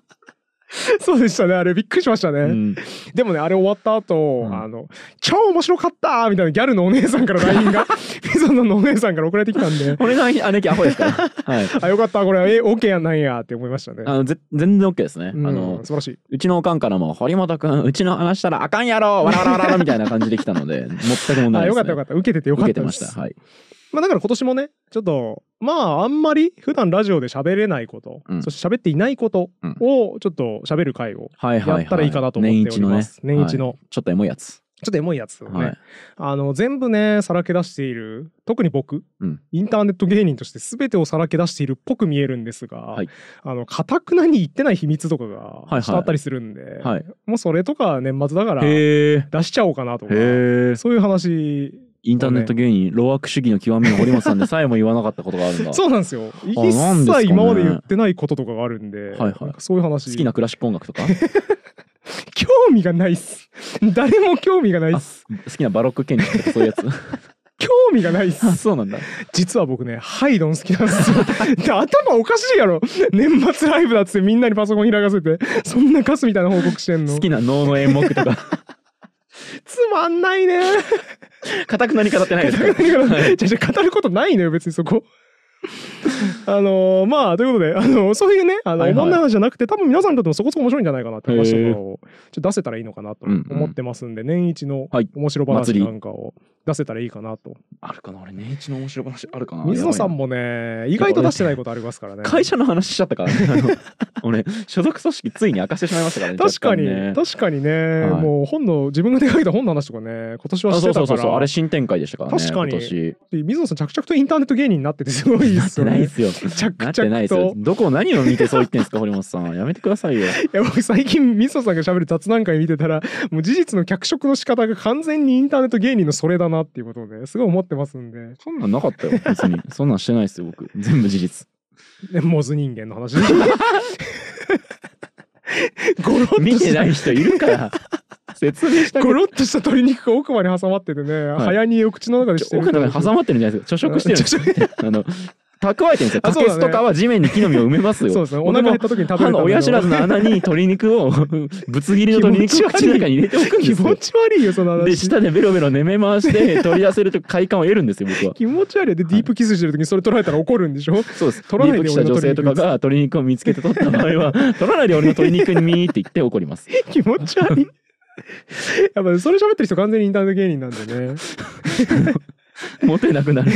そうでしたねあれびっくりしましたね、
うん
でもねあれ終わった後、
うん
あの超面白かったみたいなギャルのお姉さ
<laughs>
んから LINE が水野さんのお姉さんから送られてきたんで
俺の姉貴アホですから。はい。
あよかったこれえ OK やなんやって思いましたね
あのぜ全然 OK ですね。
うん
あの
素晴らしいう
ちのおかんからも「堀本君うちの話したらあかんやろわらわらわらわら」みたいな感じで来たので全く問題ないです、ね。
あよかったよか
っ
った受けててよかっ
受け
た
て
で
ますした。はい。
まあ、だから今年もねちょっとまああんまり普段ラジオで喋れないこと、
うん
そして喋っていないこと
うん
をちょっと喋る会を
はいはい
や
はい。
ったらいいかなと思っております、
年一のね。
年一の,、
はいちょっとエモいやつ。
ちょっとエモいやつをね、
はい。
あの全部ねさらけ出している特に僕、
うん
インターネット芸人として全てをさらけ出しているっぽく見えるんですが、
はい
あのかたくなに言ってない秘密とか
いは
が
い
下あったりするんで、
はい。
もうそれとか年末だから出
へえ。
しちゃおうかなとか
へえ。
そういう話
インターネット芸人、老悪主義の極みの堀本さんでさえも言わなかったことがあるんだ。
そうなんですよ一
なんですか
切
ね
今まで言ってないこととかがあるんで、
いはい
なんかそういう話
好きなクラシック音楽とか
興味がないっ
<laughs>
す誰も興味がないっ
あ
す
好きなバロック建築とかそういうやつ
興味がないっす
あそうなんだ
実は僕ねハイドン好きなん
<laughs>
ですよで頭おかしいやろ年末ライブだっつってみんなにパソコン開かせてそんなカスみたいな報告してんの
好きな能の演目とか
<laughs> つまんないね
かたくなに語ってないですか
だからじゃじゃ語ることないのよ別にそこあのーまあということで、あのーそういうねあの、
はいはい
おもんない話じゃなくて多分皆さんにとってもそこそこ面白いんじゃないかなって話とかをちょっと出せたらいいのかなと
うんうん
思ってますんで、年一の
はい
面白
祭
話
り
なんかを出せたらいいかなと、
<laughs> あるかな俺年一の面白い話あるかな
水野さ
やばいなん
もね意外と出してないことありますからね
会社の話しちゃったからね。 <laughs> あの俺、所属組織ついに明かしてしまいましたからね。
確かに、
若干ね
確かにね、
はい
もう本の自分が手がけた本の話とかね今年は
あ
し
そうそ
てた
う
か
そうそう、あ
ら
れ新展開でしたからね。
確かに
今年。
水野さん着々とインターネット芸人になっててすごい
<laughs>
で
なっ
す
て
よ
ないで
ね。
すよ。
着
なってないで
々
すよ
と。。
どこを何を見てそう言ってんすか、堀本さん。やめてくださいよ。
いや僕最近水野さんが喋る雑談会見てたらもう事実の脚色の仕方が完全にインターネット芸人のそれだなっていうことをねすごい思ってますんで
そんなんなかったよ、別に。そんなんしてないですよ、僕。全部事実。
でモズ人間の話 <laughs> ゴロッとした
見てない人いる
<laughs>
から。説明した
ゴ
けど。
ロッとした鶏肉が奥歯に挟まっててね、
い
早煮えを口の中でしてる
奥の中に挟まってるんじゃないですか。貯食してるんです
<laughs> る
あの、蓄えてるんですよ。
あ
竹
そうだね
とかは地面に木の実を埋めますよ。
そうですねお腹減った時に食べ
歯
る
の親知らずの穴に鶏肉
<laughs>
をぶつ切りの鶏肉を口の中に入れておくん
気
です
持
よ。
ち悪いよその話
で舌でベロベロめ回
<laughs>
して取り出せると快感を得るんですよ僕は。
気持ち悪いでディープキスしてる時にそれ取られたら怒るん
<laughs>
でしょ
そうです。
取らないで
リープした女性とかが鶏肉を見つけて取った場合は
<laughs>
取らないで俺の鶏肉にって言って怒ります。
気持ち悪いやっぱそれ喋ってる人完全にインターネット芸人なんでね
モテなく
<laughs>
なる。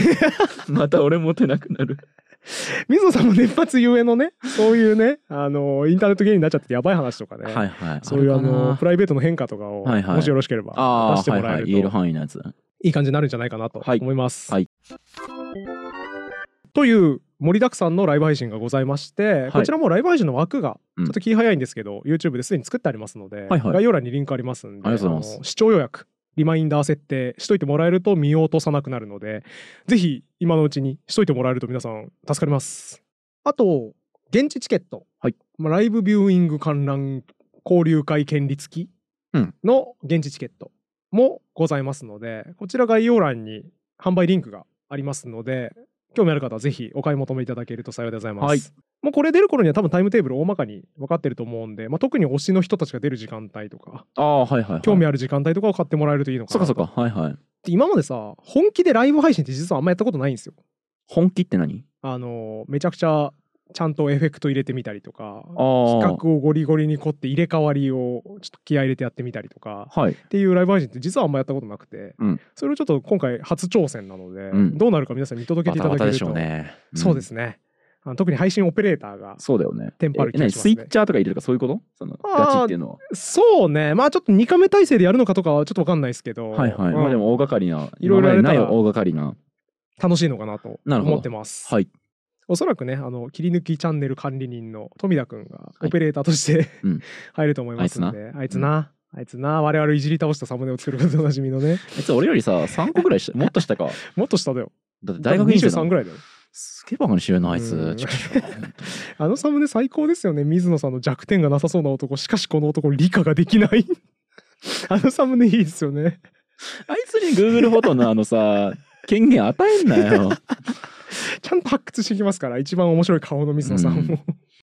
また俺モテなくなる。
水野さんも年末ゆえのねそういうねあのインターネット芸人になっちゃってやばい話とかね、
いはい
そういうあのプ
ラ
ライベートの変化とかを、
はいはい
もしよろしければ
あ
出して
ーは
も
い
らえ
は
る
い
と、
言える
い
範囲のやつ。
い感じになるんじゃないかなと
はい
思います。
はい
という盛りだくさんのライブ配信がございまして、
い
こちらもライブ配信の枠が
う
ちょ
ん
っと気早いんですけど、YouTube ですでに作ってありますので、
はいはい
概要欄にリンクありますんで
ありがとうございます
あの視聴予約リマインダー設定しといてもらえると見落とさなくなるのでぜひ今のうちにしといてもらえると皆さん助かります。あと現地チケット、
はい
まあ、ライブビューイング観覧交流会権利付き
うん
の現地チケットもございますので、こちら概要欄に販売リンクがありますので興味ある方はぜひお買い求めいただけると幸いでございます。
はい
もうこれ出る頃には多分タイムテーブル大まかに分かってると思うんで、まあ、特に推しの人たちが出る時間帯とか
ああはいはいはい。
興味ある時間帯とかを買ってもらえるといいのか
そっ
な
かそ
と
っかはいはい。
で今までさ本気でライブ配信って実はあんまやったことないんですよ。
本気って何？
あのめちゃくちゃちゃんとエフェクト入れてみたりとか
ああ
企画をゴリゴリに凝って入れ替わりをちょっと気合い入れてやってみたりとか
はい。
っていうライブ配信って実はあんまやったことなくて、
うん
それをちょっと今回初挑戦なので、
うん
どうなるか皆さんに見届け
バ
てい
タ
ただ
バ
け
タで
る
しょ
と、
うね。。
そうですすねあの特に配信オペレーターが
そうだよね。
テンパる気
え何
がします
スイッ
ね。
チャーとか入れるとかそういうことその
あー
ガチっていうのは。
そうねまあちょっと2カメ体制でやるのかとかはちょっと分かんないですけど、
はいはい。
うん
まあでも大掛かりな、
いろいろや
今まで
れ
な
たら
い大掛かりな。
楽しいのかなと
なるほど
思ってます。
はい。
おそらくねあの切り抜きチャンネル管理人の富田君が
い
オペレーターとして、
うん
<laughs> 入ると思いますんであいつな、あいつな我々いじり倒したサムネを作ることでおなじみのね
あいつ俺よりさ、3個ぐらい
<laughs>
しもっとしたか。
もっと下だよ
だって大学院生だも
23
ん
ぐらいだよ
すげえバカにしてるな、あいうつ
ん。
ちくしょう
あのサムネ最高ですよね水野さんの弱点がなさそうな男しかしこの男理科ができない <laughs> あのサムネいいですよね
あいつに Google フォトのあのさ、権限与えんな
<laughs>
よ。
ちゃんと発掘してきますから一番面白い顔の水野さんも、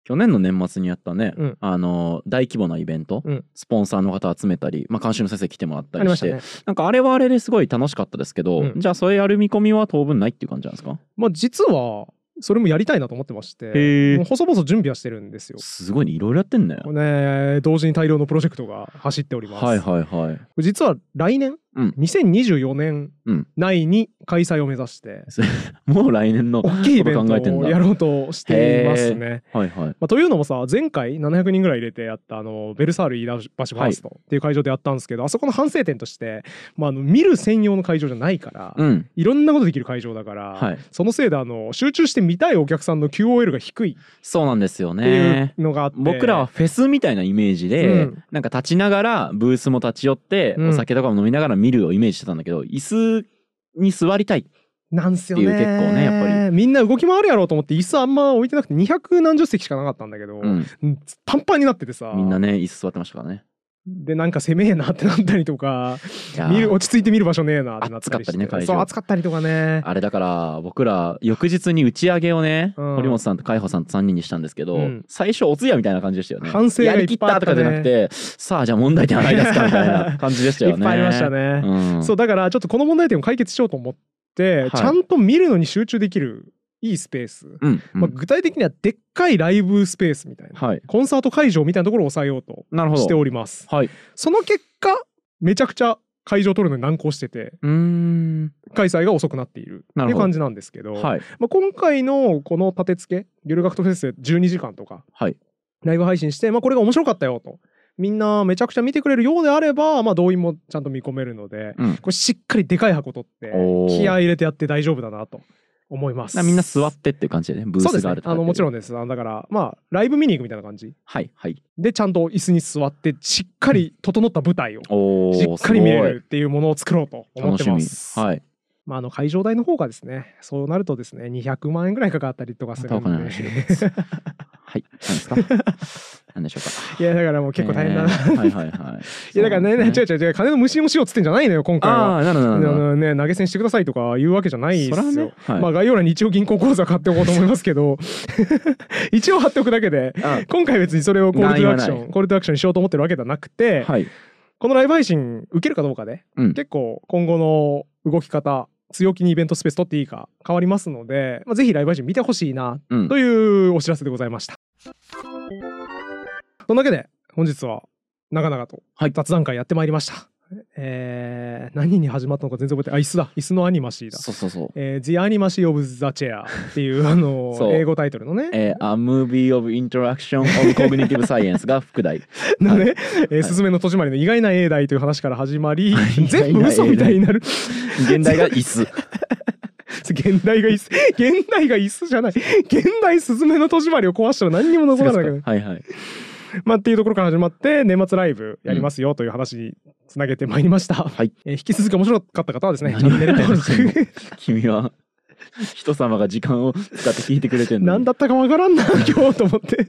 去年の年末にやったね、
うん
あの大規模なイベント、
うん
スポンサーの方集めたり、まあ、監修の先生来てもらった
<laughs> ありま
りし
し
たて
ね
なんかあれはあれですごい楽しかったですけど、
うん
じゃあそれやる見込みは当分ないっていう感じなんですか
まあ実はそれもやりたいなと思ってまして
へ
もう細々準備はしてるんですよ
すごいねいろいろやってんね
これね同時に大量のプロジェクトが走っております、
はいはいはい
実は来
う
年、
ん
2024年
うん
内に開催を目指して、
もう来年の
大きいイベン
こと考えて
ト
ん
を
だ
やろうとしていますね。
はいはい
まあ、というのもさ前回700人ぐらい入れてやったあのベルサール飯田橋ファーストっていう会場でやったんですけど、あそこの反省点として、まあ、あの見る専用の会場じゃないから、
うん
いろんなことできる会場だから、
はい
そのせいであの集中して見たいお客さんの QOL が低い
そうなんですよ
っていう
ね
のがあって、
僕らはフェスみたいなイメージで、
うん
なんか立ちながらブースも立ち寄って、
うん
お酒とかも飲みながら見るをイメージしてたんだけど椅子に座りたい
なんすよね
っていう結構ねやっぱ
りみんな動き回るやろうと思って椅子あんま置いてなくて200何十席しかなかったんだけど、
うん
うんパンパンになっててさ
みんなね椅子座ってましたからね
でなんか攻めえなってなったりとか
いやー
見る落ち着いて見る場所ねえなってなったり
暑かった
して
りね会場
そう暑かったりとか <laughs> ね
あれだから僕ら翌日に打ち上げをね、
うん
堀本さんと海保さんと3人にしたんですけど、
うん
最初お通夜みたいな感じでしたよね
反省が
やりきったとかじゃなくて、さあじゃあ問題点はないですかみたいな感じでした
い
よ
っ
ね
ぱいありましたね、
うん、
そうだからちょっとこの問題点を解決しようと思って、
はい
ちゃんと見るのに集中できるいいスペース、
うんうん
まあ、具体的にはでっかいライブスペースみたいな、
はい
コンサート会場みたいなところを抑えようと
なるほ
して
ど
おります
はい
その結果めちゃくちゃ会場取るのに難航してて
うーん
開催が遅くなっている
な
って
るほ
いう
ど
感じなんですけど、
はい
まあ、今回のこの立て付けゆるガクトフェスで12時間とか
はい
ライブ配信して、まあ、これが面白かったよとみんなめちゃくちゃ見てくれるようであれば、まあ、動員もちゃんと見込めるので
うん
これしっかりでかい箱取って
おー
気合い入れてやって大丈夫だなと思いま
だ
す
からみんな座ってっていう感じでねブー
そうで
ス
す
があ
ね
るとか
あのもちろ
ん
んですあのだからまあライブ見に行くみたいな感じ
はいはい
でちゃんと椅子に座ってしっかり整った舞台を
お
し
ー
っかり見れる
す
っていうものを作ろうと
ごい
思
楽
って
しみ
ます。
はい
まあ、あの会場代の方がですね、そうなるとですね、200万円ぐらいかかったりとかするん
またお金の話
で。
はい何ですか
<laughs>
何でしょうか
いや、だから
<laughs>
もう結構大変だな。
えーはいはいはい
いや、だからね、
そうなん
違
で
う違う違う、金の無心をしようっつってんじゃないのよ、今回
あ
は。
あーなるほ
あ
どなるほど
のね、投げ銭してくださいとか言うわけじゃないですよ。
そらねはい
まあ概要欄に一応銀行口座買っておこうと思いますけど <laughs> 一応貼っておくだけで
あ
今回別にそれをコールトゥアクシ
ない言わ
ョンコールトゥアクションにしようと思ってるわけではなくて、
はい。
このライブ配信受けるかどうかで、
うん
結構今後の動き方強気にイベントスペース取っていいか変わりますので、まあ、ぜひライブ配信見てほしいな
うん
というお知らせでございました。そんなわけで本日は長々と
はい
雑談会やってまいりました。えー何に始まったのか全然覚えてないあ椅子だ椅子のアニマシーだ。
そうそうそう。
えー The Animacy of the Chair っていうあの
そう
英語タイトルのね
えー、A Movie of Interaction
<laughs>
of Cognitive Science が副題。
の <laughs> ね、え
は
ー
い
すすめの戸締まりの意外な英題という話から始まり、
意外な
全部嘘みたいになる。 <laughs>
現代が椅子。
現代が椅子、現代が椅子じゃない。現代スズメの戸締まりを壊したら何にも残らないから、
はいはい。
まあっていうところから始まって、年末ライブやりますよという話につなげてまいりました。
はい
えー引き続き面白かった方はですね、チ
何
ャ
を
ンネル登録。
君は人様が時間を使って聞いてくれてんの
何
に
だったかわからんな、今日と思って。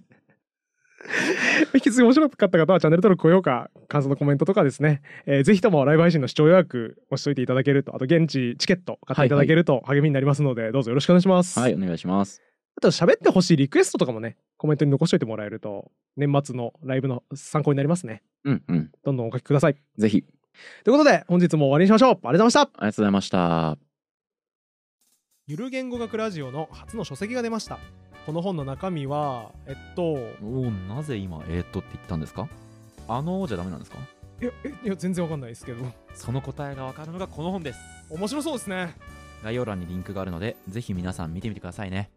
引き続き面白かった方はチャンネル登録、高評価、感想のコメントとかですね、えーぜひともライブ配信の視聴予約をしといていただけると、あと現地チケット買っていただけると励みになりますので、どうぞよろしくお願いします。
はい、お願いします。
あと喋ってほしいリクエストとかもね、コメントに残しておいてもらえると、年末のライブの参考になりますね。
うんうん。
どんどんお書きください。と
ぜひ、
いうことで、本日も終わりにしましょう。ありがとうございました。
ありがとうございました。
ゆる言語学ラジオの初の書籍が出ました。この本の中身は、えっと、
おなぜ今、えー、っとって言ったんですかあのじゃダメなんですか
いや、えいや全然わかんないです <laughs> けど、
その答えがわかるのがこの本です。
面白そうですね。
概要欄にリンクがあるので、ぜひ皆さん見てみてくださいね。